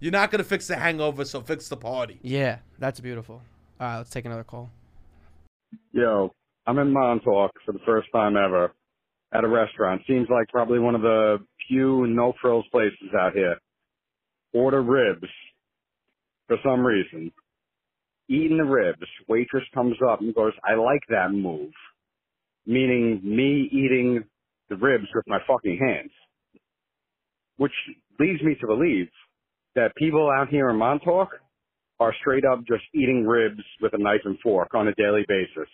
You're not gonna fix the hangover, so fix the party. Yeah, that's beautiful. All right, let's take another call. Yo, I'm in Montauk for the first time ever at a restaurant. Seems like probably one of the few no frills places out here. Order ribs for some reason. Eating the ribs, waitress comes up and goes, I like that move. Meaning me eating the ribs with my fucking hands. Which leads me to believe that people out here in Montauk are straight up just eating ribs with a knife and fork on a daily basis.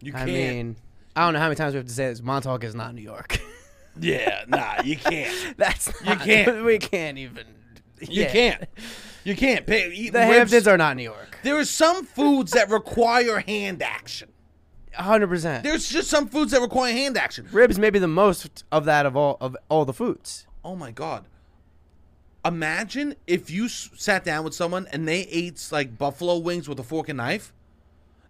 You I can't. mean, I don't know how many times we have to say this. Montauk is not New York. yeah, nah, you can't. that's You not- can't. We can't even. You yeah. can't. You can't. Pay, eat The ribs- Hamptons are not New York. There are some foods that require hand action. hundred percent. There's just some foods that require hand action. Ribs may be the most of that of all of all the foods. Oh my god. Imagine if you s- sat down with someone and they ate like buffalo wings with a fork and knife.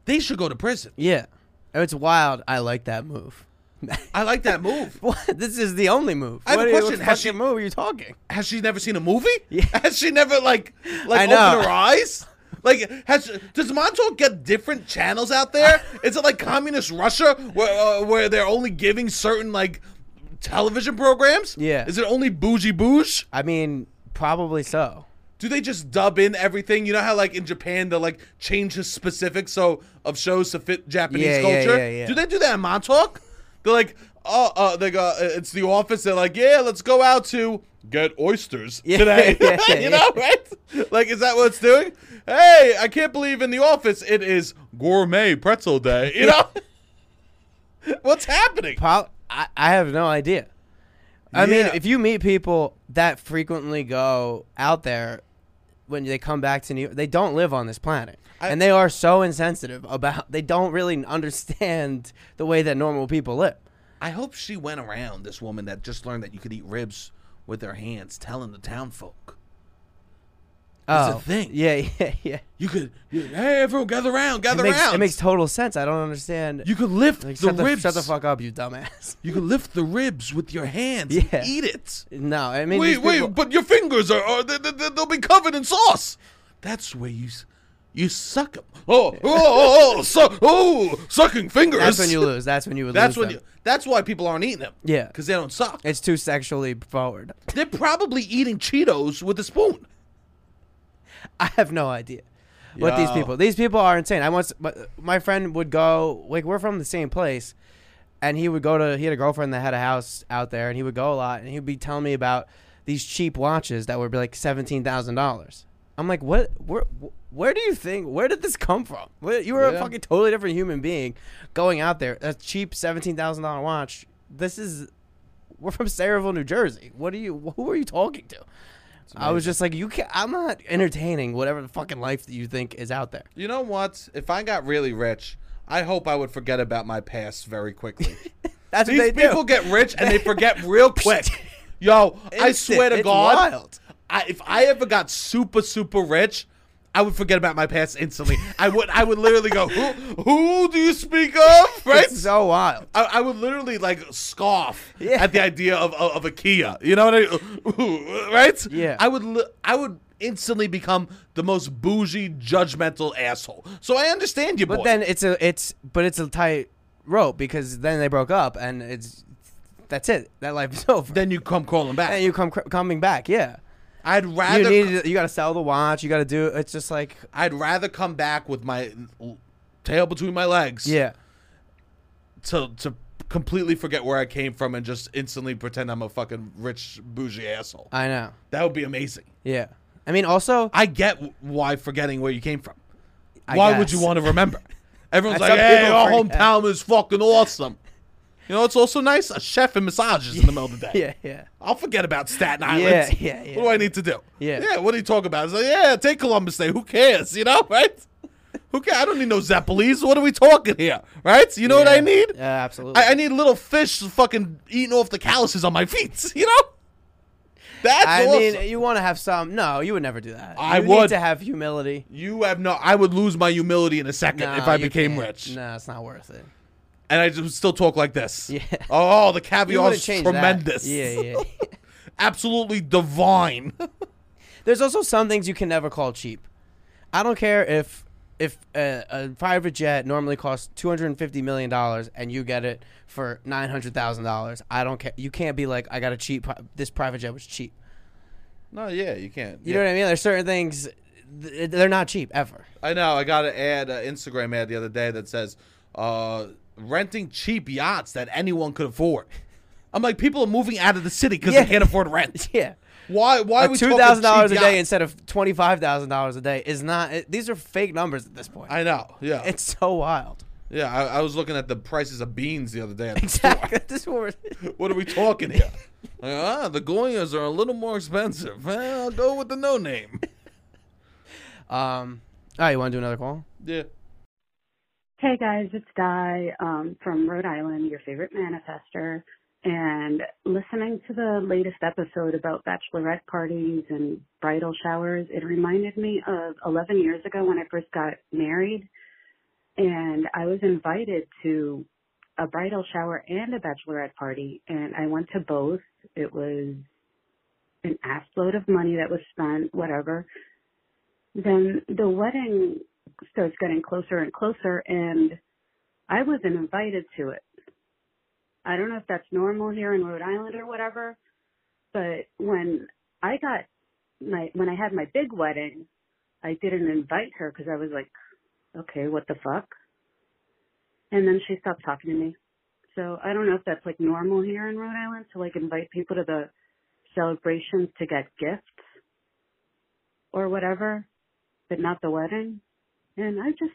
They should go to prison. Yeah, it's wild. I like that move. I like that move. What? This is the only move. I have a what are you- question. What Has fucking she- move are you talking? Has she never seen a movie? Yeah. Has she never like like I opened know. her eyes? Like has does Montauk get different channels out there? Is it like communist Russia where uh, where they're only giving certain like television programs? Yeah. Is it only bougie bouge? I mean, probably so. Do they just dub in everything? You know how like in Japan they like change the specifics so of shows to fit Japanese Yeah, yeah, culture. yeah, yeah. Do they do that in Montauk? They're like, oh, uh, they go, uh, it's the office. They're like, yeah, let's go out to get oysters Yeah, today. yeah, you know, right? Like, is that what it's doing? Hey, I can't believe in the office it is gourmet pretzel day. You know, what's happening? Pro- I, I have no idea. I mean, Yeah. if you meet people that frequently go out there when they come back to New York, they don't live on this planet. I- and they are so insensitive about they don't really understand the way that normal people live. I hope she went around this woman that just learned that you could eat ribs with their hands, telling the town folk. It's a thing. Oh. Yeah, yeah, yeah. You could, you- hey, everyone, gather around, gather It makes, around. it makes total sense. I don't understand. you could lift like, the shut, the, ribs. shut the fuck up, you dumbass. You could lift the ribs with your hands. Yeah. and eat it. no, I mean, wait, these wait, people- but your fingers are, are they, they, they'll be covered in sauce. That's where you, s- you suck them. Oh, oh, oh, oh, su- oh, sucking fingers. That's when you lose. That's when you would That's lose. when you. them. That's why people aren't eating them. Yeah. because they don't suck. It's too sexually forward. They're probably eating Cheetos with a spoon. I have no idea what these Yo. people. These people are insane. I once my- my friend would go like we're from the same place, and he would go to he had a girlfriend that had a house out there, and he would go a lot, and he'd be telling me about these cheap watches that would be like seventeen thousand dollars. I'm like, what? Where? Where do you think? Where did this come from? Where, you were a Yeah. fucking totally different human being, going out there a cheap seventeen thousand dollar watch. This is we're from Saraville, New Jersey. What are you? Who are you talking to? I was just like, you can't. I'm not entertaining whatever the fucking life that you think is out there. You know what? If I got really rich, I hope I would forget about my past very quickly. That's These what they people do. get rich and they forget real quick. Yo, I Instant. swear to It's God, wild. I, if I ever got super super rich, I would forget about my past instantly. I would I would literally go, who who do you speak of? Right? It's so wild. I, I would literally like scoff Yeah. at the idea of, of of a Kia. You know what I mean? Right? Yeah. I would li- I would instantly become the most bougie, judgmental asshole. So I understand you, But boy. then it's a it's but it's a tight rope because then they broke up and it's that's it. That life is over. then you come crawling back. and you come cr- coming back. Yeah, I'd you rather need you got to sell the watch. You got to do. It's just like I'd rather come back with my l- tail between my legs. yeah. to to completely forget where I came from and just instantly pretend I'm a fucking rich bougie asshole. I know. That would be amazing. Yeah. I mean, also I get w- why forgetting where you came from. I why would guess. you want to remember? Everyone's Some like, "Hey, people our forget." hometown is fucking awesome." You know, it's also nice a chef and massages in the middle of the day. Yeah, yeah. I'll forget about Staten Island. Yeah, yeah, yeah. What do I need to do? Yeah. Yeah, what are you talking about? It's like, yeah, take Columbus Day. Who cares? You know, right? Who cares? I don't need no Zeppelis. What are we talking here? Right? You know what I Yeah. need? Yeah, absolutely. I, I need little fish fucking eating off the calluses on my feet. You know? That's I awesome. mean, you want to have some. No, you would never do that. I you would. need to have humility. you have no. I would lose my humility in a second No, if I you became can't. rich, No, it's not worth it. and I just would still talk like this. Yeah. Oh, the caviar wouldn't is that. tremendous. Yeah, yeah. Absolutely divine. There's also some things you can never call cheap. I don't care if if a, a private jet normally costs 250 million dollars and you get it for 900,000 dollars. I don't care. You can't be like I got a cheap pri- this private jet was cheap. no, yeah, you can't. You know what I mean? There's certain things th- they're not cheap ever. I know. I got an ad, an Instagram ad the other day that says, uh, renting cheap yachts that anyone could afford. I'm like, people are moving out of the city because Yeah. they can't afford rent. Yeah. Why? Why are we Two talking thousand dollars a cheap day yachts? instead of twenty five thousand dollars a day is not. It, these are fake numbers at this point. I know. Yeah. it's so wild. Yeah, I, I was looking at the prices of beans the other day. Exactly. this word. what are we talking here? Like, ah, the Goyas are a little more expensive. Well, I'll go with the no name. Um. All right, you want to do another call? Yeah. Hey guys, it's Di um, from Rhode Island, your favorite manifester, and listening to the latest episode about bachelorette parties and bridal showers, it reminded me of 11 years ago when I first got married, and I was invited to a bridal shower and a bachelorette party, and I went to both. It was an ass load of money that was spent, whatever. Then the wedding starts getting closer and closer and I wasn't invited to it. I don't know if that's normal here in Rhode Island or whatever, but when I got my when I had my big wedding, I didn't invite her cuz I was like, okay, what the fuck? And then she stopped talking to me. So I don't know if that's like normal here in Rhode Island to like invite people to the celebrations to get gifts or whatever, but not the wedding. And I just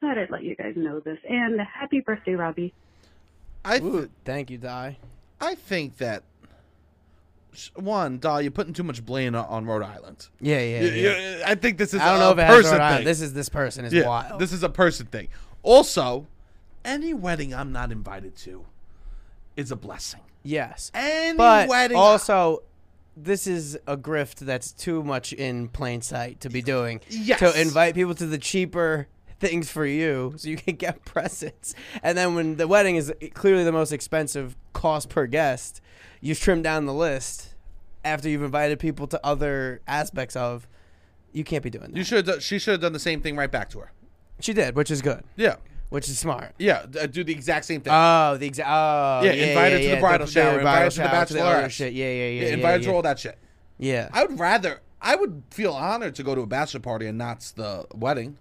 thought I'd let you guys know this. And happy birthday, Robbie. I Ooh, thank you, Di. I think that s- one, Dahl, you're putting too much blame on- on Rhode Island. Yeah, yeah, You- yeah. you- I think this is I don't a know if it has person Rhode Island. thing. This is this person is yeah, wild. this is a person thing. Also, any wedding I'm not invited to is a blessing. yes, Any but wedding, also this is a grift that's too much in plain sight to be doing. Yes. to invite people to the cheaper things for you so you can get presents, and then when the wedding is clearly the most expensive cost per guest, you trim down the list after you've invited people to other aspects of. You can't be doing that. you should. She should have done the same thing right back to her. she did, which is good, Yeah, which is smart. yeah. d- uh, Do the exact same thing. Oh, the exact. Oh, Yeah, invite her to the bridal shower, invite her bridal to the shower, other bachelorette. shit. Yeah, yeah, yeah. yeah, yeah, invite her yeah. to all that shit. Yeah, I would rather. I would feel honored to go to a bachelor party and not the wedding.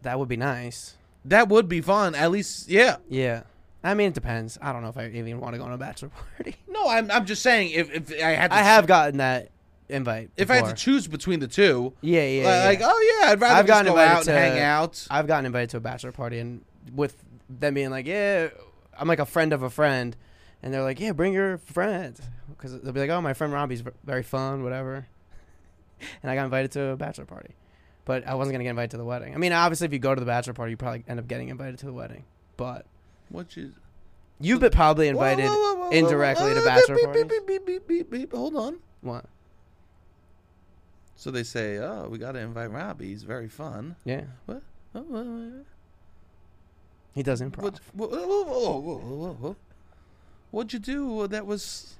that would be nice. That would be fun. At least, yeah. Yeah, I mean it depends. I don't know if I even want to go on a bachelor party. No, I'm. I'm just saying. If if I had, to, I have gotten that invite. If I had to before. choose between the two, Yeah, yeah, yeah. like oh yeah, I'd rather just I've gotten go invited out to and hang out. I've gotten invited to a bachelor party, and with them being like, "Yeah, I'm like a friend of a friend," and they're like, "Yeah, bring your friend," because they'll be like, "Oh, my friend Robbie's v- very fun, whatever." and I got invited to a bachelor party, but I wasn't gonna get invited to the wedding. I mean, obviously, if you go to the bachelor party, you probably end up getting invited to the wedding, but What you? You've been probably invited Whoa, whoa, whoa, whoa, whoa, indirectly whoa, to whoa, bachelor beep, parties. beep, beep, beep, beep, beep, beep. Hold on. What? So they say, oh, we got to invite Robbie. He's very fun. Yeah, What? Oh, whoa, whoa, he does improv. What? Whoa, whoa, whoa, whoa, whoa, whoa, whoa. What'd you do that was.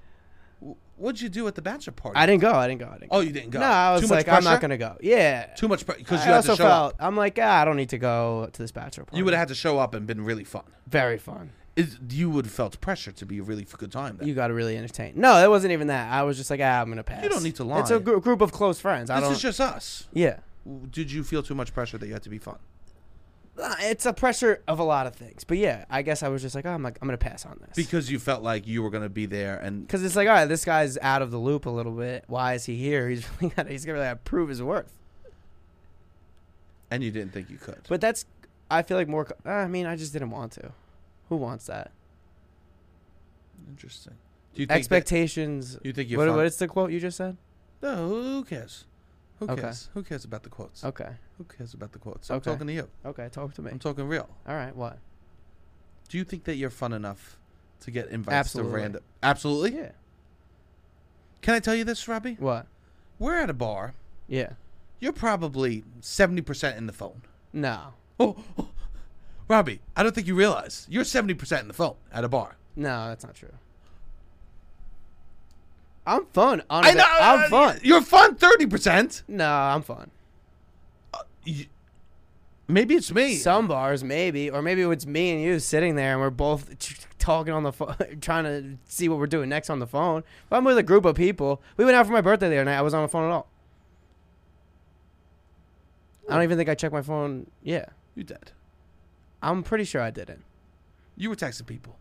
What'd you do at the bachelor party? I didn't go. I didn't go. I didn't. Go. Oh, you didn't go. No, I was Too much like, I'm pressure? not gonna go. Yeah, Too much because I you had also to show felt up. I'm like, ah, I don't need to go to this bachelor party. You would have had to show up and been really fun. very fun. Is you would have felt pressure to be a really good time. Then. You got to really entertain. No, it wasn't even that. I was just like, ah, I'm gonna pass. need to It's lie. a gr- group of close friends. I this don't. is just us. yeah. Did you feel too much pressure that you had to be fun? Uh, It's a pressure of a lot of things, but yeah, I guess I was just like, oh, I'm like, I'm gonna pass on this Because you felt like you were going to be there and because it's like, all right, this guy's out of the loop a little bit. Why is he here? He's really gotta, he's gonna really gotta prove his worth. and you didn't think you could. But that's, I feel like more. co- I mean, I just didn't want to. Who wants that? Interesting. Do you think that- Expectations. you think you're what, fun- what is the quote you just said? No, who cares? Who Okay. cares? Who cares about the quotes? Okay. Who cares about the quotes? I'm Okay. talking to you. Okay. Talk to me. I'm talking real. all right. What? Do you think that you're fun enough to get invites Absolutely. to random? Absolutely. Yeah. Can I tell you this, Robbie? What? We're at a bar. Yeah. You're probably 70% in the phone. No. Oh, oh. Robbie, I don't think you realize you're 70% in the phone at a bar. No, that's not true. I'm fun. On I know. I'm uh, fun. You're fun 30%. No, I'm fun. You- maybe it's me. Some bars, maybe, or maybe it's me and you sitting there, and we're both t- t- talking on the phone, trying to see what we're doing next on the phone. If I'm with a group of people, we went out for my birthday the other night. I was on the phone at all. I don't even think I checked my phone. Yeah, you dead. I'm pretty sure I didn't. You were texting people.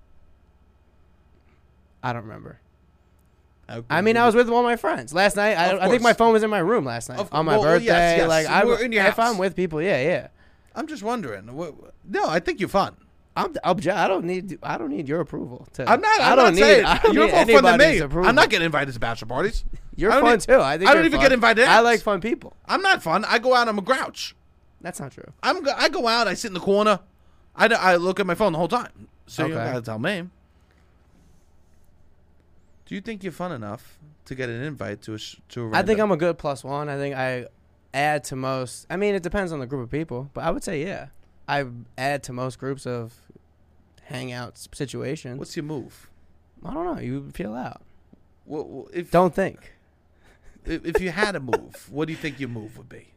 I don't remember. How I could mean, you I was be- with one of my friends last night. Of I, I think my course. phone was in my room last night Of- on my well, yes, birthday. yes. Like, I, You were in your if house. I'm with people, yeah, yeah. I'm just wondering. What, no, I think you're fun. I'm, I'm j- I don't need I don't need your approval. To, I'm not. I'm I don't not need. saying I don't you're need more fun than anybody's me. Approval. I'm not getting invited to bachelor parties. You're I don't fun e- too. I think I don't you're even fun. get invited I out. like fun people. I'm not fun. I go out. I'm a grouch. That's not true. I'm. go- I go out. I sit in the corner. I, d- I look at my phone the whole time. So you don't Okay. gotta tell me. Do you think you're fun enough to get an invite to a sh- to a I think random- I'm a good plus one. I think I add to most. I mean, it depends on the group of people, but I would say yeah, I add to most groups of hangout s- situations. What's your move? I don't know. You feel out. What, what- if Don't think. if if you had a move, what do you think your move would be?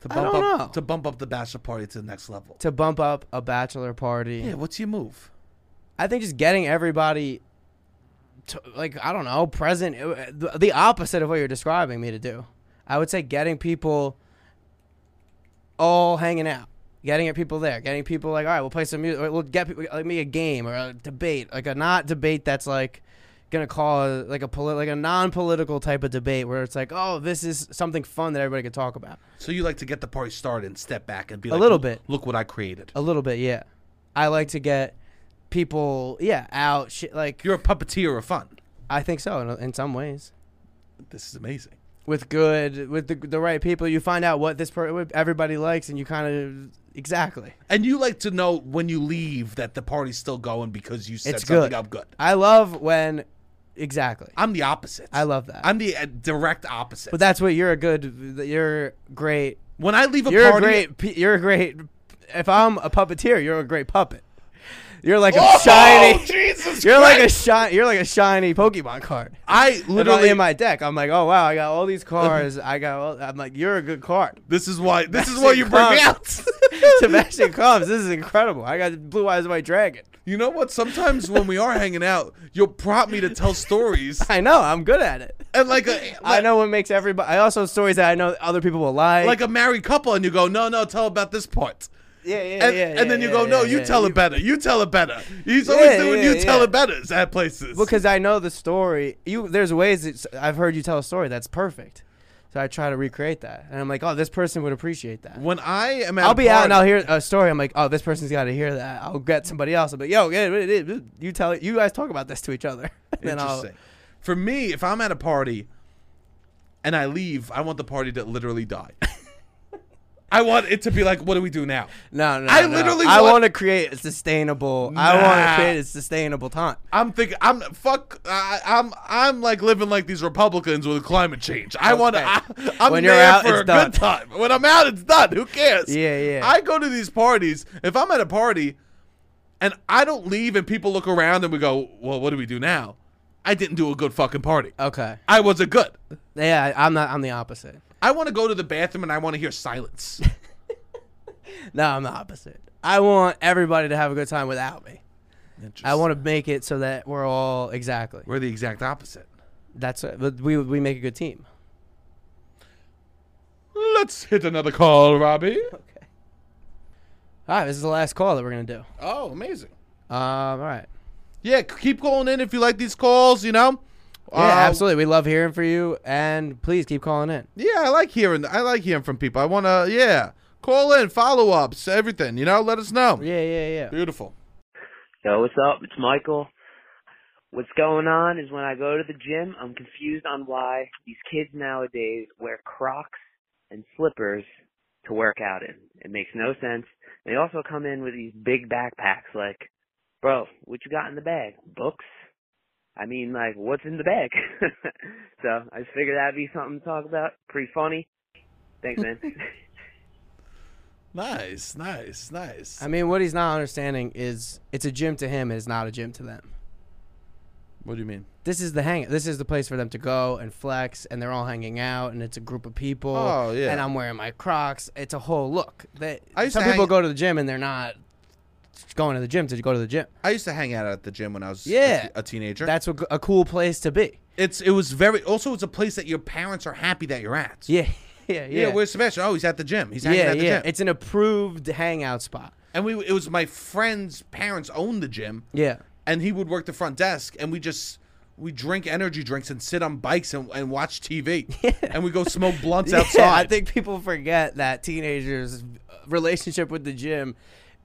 To I bump don't up know. to bump up the bachelor party to the next level. To bump up a bachelor party. Yeah, what's your move? I think just getting everybody, to, like I don't know, present uh, the, the opposite of what you're describing me to do. I would say getting people all hanging out, getting at people there, getting people like, all right, we'll play some music, we'll get people like me a game or a debate, like a not debate that's like gonna cause like a polit- like a non-political type of debate where it's like, oh, this is something fun that everybody could talk about. So you like to get the party started and step back and be A like, little "Look- bit. Look what I created. A little bit, yeah. I like to get people, yeah, out, shit, like You're a puppeteer of fun. I think so in, in some ways. This is amazing. with good with the, the right people you find out what this per- what everybody likes and you kind of exactly And you like to know when you leave that the party's still going because you set It's something good. up good. i love when exactly I'm the opposite. i love that I'm the uh, direct opposite. but that's what you're a good you're great when I leave a you're a party, great pe- you're a great if i'm a puppeteer you're a great puppet you're like a shiny Oh, Jesus you're like a Christ. shiny you're like a shiny pokemon card I literally literally in my deck i'm like oh wow i got all these cards i got all, i'm like you're a good card This is why. This is Sebastian why you bring me out. Combs. Sebastian Combs, this is incredible. I got blue eyes white dragon. You know what? Sometimes when we are hanging out, you'll prompt me to tell stories, I know, I'm good at it. and like a I know what makes everybody. I also have stories that I know other people will like. like a married couple, and you go, no, no, tell about this part. yeah, yeah, and, yeah, and then yeah, you go, yeah, no, yeah, you yeah. tell it better. You tell it better. He's Yeah, always doing yeah, you tell yeah. it betters at places. because I know the story. You there's ways that s- I've heard you tell a story that's perfect, so I try to recreate that, and I'm like, oh, this person would appreciate that. when I am at I'll a be out and I'll party- hear a story. I'm like, oh, this person's got to hear that. I'll get somebody else. I'm like, yo, yeah, yeah, yeah, you tell it. You guys talk about this to each other. And then I'll- Interesting. For me, if I'm at a party and I leave, I want the party to literally die. I want it to be like, what do we do now? No, no. I no. literally I want- want to create a sustainable. I want Nah. to create a sustainable time. I'm thinking, I'm fuck, I, I'm I'm like living like these Republicans with climate change. I want to. Okay. I'm When there you're out, for it's a done. good time. When I'm out, it's done. Who cares? Yeah, yeah. I go to these parties. If I'm at a party, and I don't leave, and people look around, and we go, well, what do we do now? I didn't do a good fucking party. Okay. I wasn't good. Yeah, I'm not. I'm the opposite. I want to go to the bathroom and I want to hear silence. No, I'm the opposite. I want everybody to have a good time without me. I want to make it so that we're all exactly. We're the exact opposite. That's it. But we we make a good team. Let's hit another call, Robbie. Okay. All right, this is the last call that we're gonna do. Oh, amazing. Um, all right. Yeah, c- keep calling in if you like these calls, you know? Uh, Yeah, absolutely. We love hearing from you, and please keep calling in. Yeah, I like hearing I like hearing from people. I want to yeah, call in, follow-ups, everything, you know? Let us know. Yeah, yeah, yeah. Beautiful. Yo, what's up? It's Michael. What's going on is when I go to the gym, I'm confused on why these kids nowadays wear Crocs and slippers to work out in. It makes no sense. They also come in with these big backpacks like, bro, what you got in the bag? Books? I mean, like, what's in the bag? so I just figured that'd be something to talk about. Pretty funny. Thanks, man. Nice, nice, nice. I mean, what he's not understanding is it's a gym to him, and it's not a gym to them. what do you mean? This is the hang. This is the place for them to go and flex, and they're all hanging out, and it's a group of people. Oh, yeah. And I'm wearing my Crocs. It's a whole look. They, I used some to people hang- go to the gym and they're not going to the gym to go to the gym. I used to hang out at the gym when I was a Yeah. t- a, teenager. That's a, a cool place to be. it's it was very also it's a place that your parents are happy that you're at. Yeah, yeah, yeah. Yeah, where's Sebastian? Oh, he's at the gym. He's hanging yeah, at the yeah. gym. It's an approved hangout spot. and we it was my friend's parents owned the gym. Yeah. and he would work the front desk and we just we drink energy drinks and sit on bikes and, and watch TV and we go smoke blunts outside. Yeah, I think people forget that teenagers' uh, relationship with the gym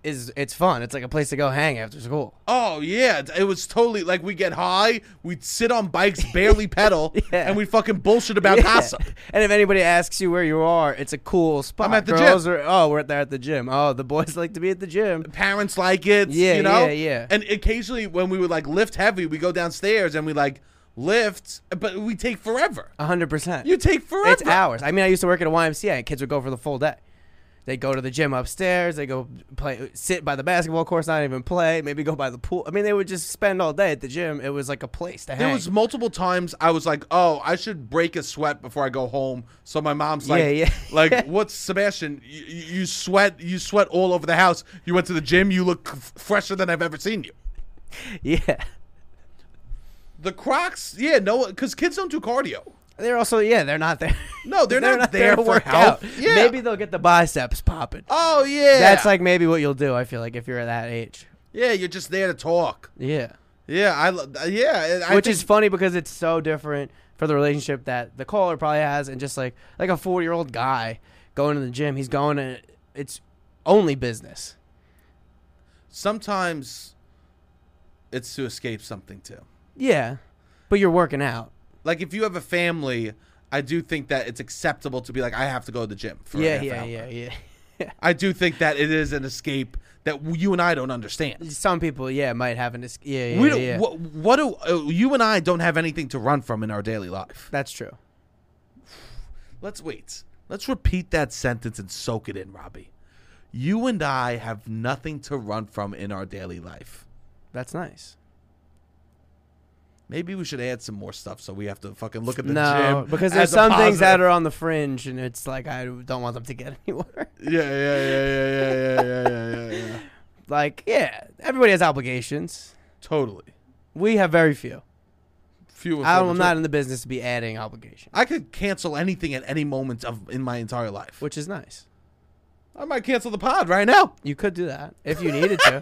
is it's fun. It's like a place to go hang after school. oh yeah, it was totally like we get high, we'd sit on bikes, barely pedal, Yeah. and we fucking bullshit about Yeah. gossip. And if anybody asks you where you are, it's a cool spot. I'm at the Girls gym. Are, oh, we're there at the gym. Oh, the boys like to be at the gym. Parents like it, Yeah, you know. yeah, yeah. And occasionally when we would like lift heavy, we go downstairs and we like lift, but we take forever. hundred percent. You take forever. It's hours. I mean, I used to work at a YMCA, and kids would go for the full day. They go to the gym upstairs. They go play, sit by the basketball course, not even play. Maybe go by the pool. I mean, they would just spend all day at the gym. It was like a place to There hang. was multiple times I was like, "Oh, I should break a sweat before I go home." So my mom's like, Yeah, yeah. "Like, what's Sebastian? You, you sweat, you sweat all over the house. You went to the gym. You look f- fresher than I've ever seen you." yeah. The Crocs, yeah, no, because kids don't do cardio. They're also yeah. They're not there. No, they're not there to for work health. out. Yeah. Maybe they'll get the biceps popping. Oh yeah, That's like maybe what you'll do. I feel like if you're at that age. yeah, you're just there to talk. Yeah. Yeah, I lo- uh, yeah, I Which think- is funny because it's so different for the relationship that the caller probably has, and just like like a forty year old guy going to the gym, he's going to it's only business. sometimes it's to escape something too. Yeah, but you're working out. Like if you have a family. I do think that it's acceptable to be like I have to go to the gym for a yeah, half yeah, hour. yeah, yeah, I do think that it is an escape that w- you and I don't understand. Some people, yeah, might have an es- yeah, yeah, We don't, yeah. what, what do uh, you and I don't have anything to run from in our daily life? That's true. Let's wait. Let's repeat that sentence and soak it in, Robbie. You and I have nothing to run from in our daily life. That's nice. Maybe we should add some more stuff so we have to fucking look at the no, gym. because as there's a some things that positive. are on the fringe, and it's like I don't want them to get anywhere. Yeah, yeah, yeah, yeah, yeah, yeah, yeah, yeah, yeah. like, yeah, everybody has obligations. Totally. We have very few. Few and far I'm between. not in the business to be adding obligations, I could cancel anything at any moment of in my entire life. which is nice. I might cancel the pod right now. You could do that if you needed to.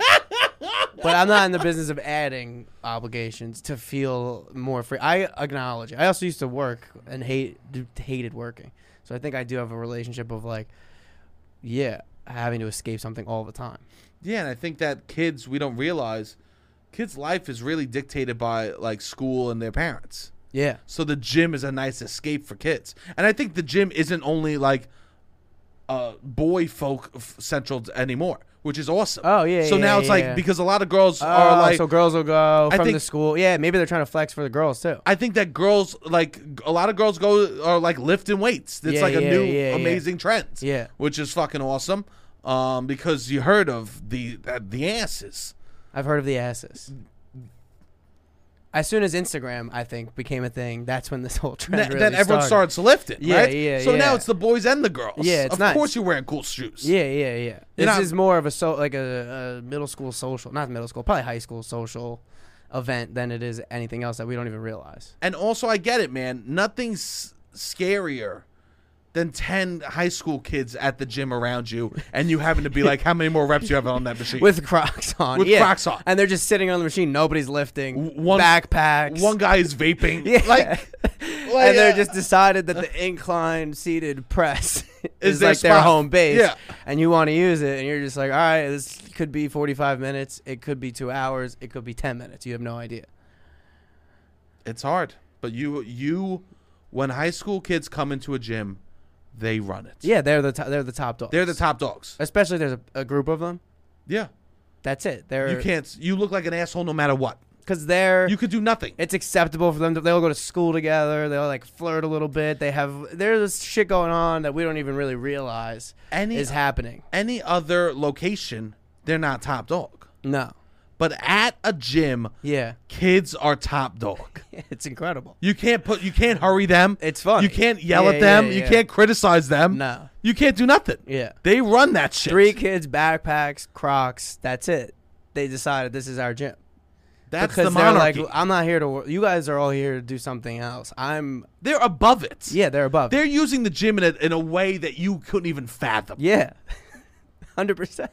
but I'm not in the business of adding obligations to feel more free. I acknowledge. it. I also used to work and hate hated working. So I think I do have a relationship of like yeah, having to escape something all the time. Yeah, and I think that kids we don't realize kids' life is really dictated by like school and their parents. Yeah. So the gym is a nice escape for kids. And I think the gym isn't only like uh, boy folk f- central anymore, which is awesome. Oh, yeah, So yeah, now it's yeah, like yeah. because a lot of girls Oh, are Uh, like so girls will go I from the think- school. Yeah, maybe they're trying to flex for the girls too. I think that girls like a lot of girls go are like lifting weights. It's Yeah, like a yeah, new yeah, yeah. amazing trend. Yeah. which is fucking awesome. Um, because you heard of the uh, the asses. I've heard of the asses. As soon as Instagram, I think, became a thing, that's when this whole trend Th- really then everyone started. starts lifting. Yeah, right? yeah, So now yeah. it's the boys and the girls. Yeah, it's of nice. course you're wearing cool shoes. Yeah, yeah, yeah. You're This not- is more of a so like a, a middle school social, not middle school, probably high school social event than it is anything else that we don't even realize. And also, I get it, man. Nothing's scarier than 10 high school kids at the gym around you and you having to be like, how many more reps you have on that machine? With Crocs on, With yeah. Crocs on. and they're just sitting on the machine. Nobody's lifting. W- one- backpacks. One guy is vaping. Yeah. Like, like, and they're uh, just decided that the incline seated press Is is, their like their spot. home base. Yeah. And you want to use it, and you're just like, all right, this could be 45 minutes. It could be two hours. It could be 10 minutes. You have no idea. it's hard. But you, you, when high school kids come into a gym, they run it. Yeah, they're the, to- they're the top dogs. They're the top dogs. Especially if there's a, a group of them. Yeah. That's it. They're, You can't, you look like an asshole no matter what. Because they're. You could do nothing. it's acceptable for them to they'll go to school together they'll like flirt a little bit they have there's shit going on that we don't even really realize Any- is happening Any other location, they're not top dog. no But at a gym, yeah kids are top dog. it's incredible You can't put you can't hurry them. It's funny. You can't yell Yeah, at them. yeah, You yeah. can't criticize them. No. You can't do nothing. Yeah. They run that shit. Three kids, backpacks, Crocs. That's it. They decided this is our gym That's because the they're monarchy. like, I'm not here to. Work. You guys are all here to do something else. I'm. they're above it. Yeah, they're above. They're using the gym in a, in a way that you couldn't even fathom. yeah, hundred percent.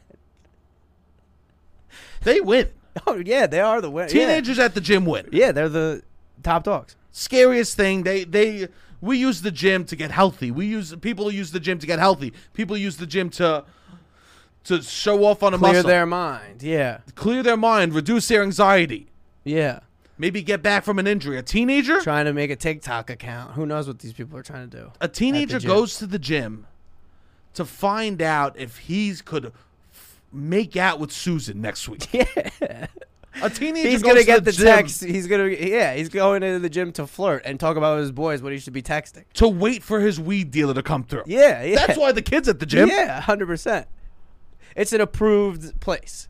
They win. Oh yeah, they are the win. Teenagers at the gym win. Yeah. yeah, they're the top dogs. Scariest thing. They they we use the gym to get healthy. We use people use the gym to get healthy. People use the gym to to show off on a Clear muscle, their mind. Yeah, clear their mind, reduce their anxiety, yeah. maybe get back from an injury. A teenager Trying to make a TikTok account. Who knows what these people are trying to do? a teenager gym. goes to the gym to find out if he's could f- make out with Susan next week. Yeah. A teenager He's goes gonna to get the, the, gym text. He's gonna yeah. He's going into the gym to flirt and talk about his boys what he should be texting. to wait for his weed dealer to come through. Yeah, yeah. That's why the kids at the gym. Yeah, hundred percent. It's an approved place.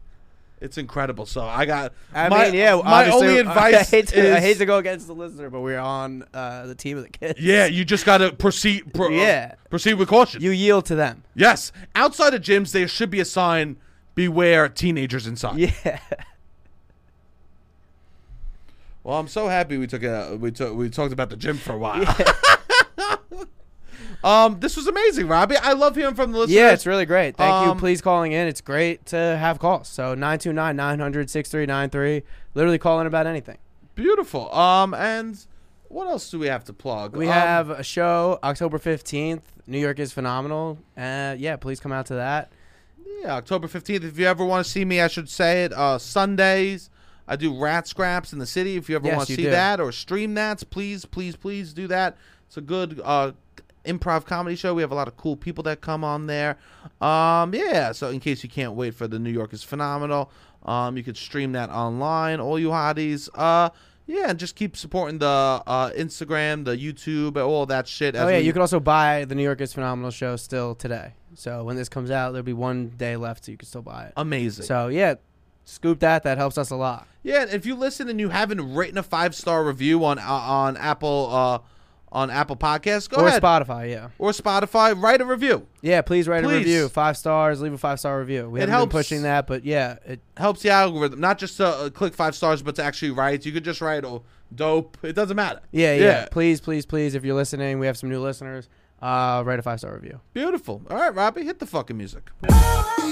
It's incredible. So I got I my, mean, yeah. my obviously- only advice I hate, to, is I hate to go against the listener, but we're on uh, the team of the kids. Yeah, you just got to proceed pro, uh, Yeah. proceed with caution. you yield to them. yes. Outside of gyms there should be a sign beware teenagers inside. Yeah, Well, I'm so happy we took a we took we talked about the gym for a while. um, this was amazing, Robbie. I love hearing from the listeners. yeah. It's really great. Thank Um, you. Please calling in. It's great to have calls. So 929-900-6393. Literally call in about anything. beautiful. Um, and what else do we have to plug? We Um, have a show October fifteenth. New York is phenomenal. Uh, yeah, please come out to that. yeah, October 15th. If you ever want to see me, I should say it. Uh, Sundays. I do rat scraps in the city. If you ever Yes, want to you see do. that or stream that, please, please, please do that. It's a good uh, improv comedy show. We have a lot of cool people that come on there. Um, yeah, so in case you can't wait for the New York is phenomenal, um, you could stream that online, all you hotties. Uh, yeah, and just keep supporting the uh, Instagram, the YouTube, all that shit. Oh as yeah, we- you can also buy the New York is Phenomenal show still today. So when this comes out, there'll be one day left, so you can still buy it. amazing. So yeah, scoop that. That helps us a lot. Yeah, and if you listen and you haven't written a five star review on uh, on Apple uh, on Apple Podcasts, go or ahead Spotify, yeah, or Spotify, write a review. yeah. Please write Please. a review, five stars. Leave a five star review. We It haven't helps. been pushing that, but yeah, it, Helps the algorithm, not just to uh, click five stars, but to actually write. You could just write oh, dope. It doesn't matter. yeah, yeah, Please, please, please. If you're listening, we have some new listeners. Uh, write a five star review. Beautiful. All right, Robbie, hit the fucking music. Oh,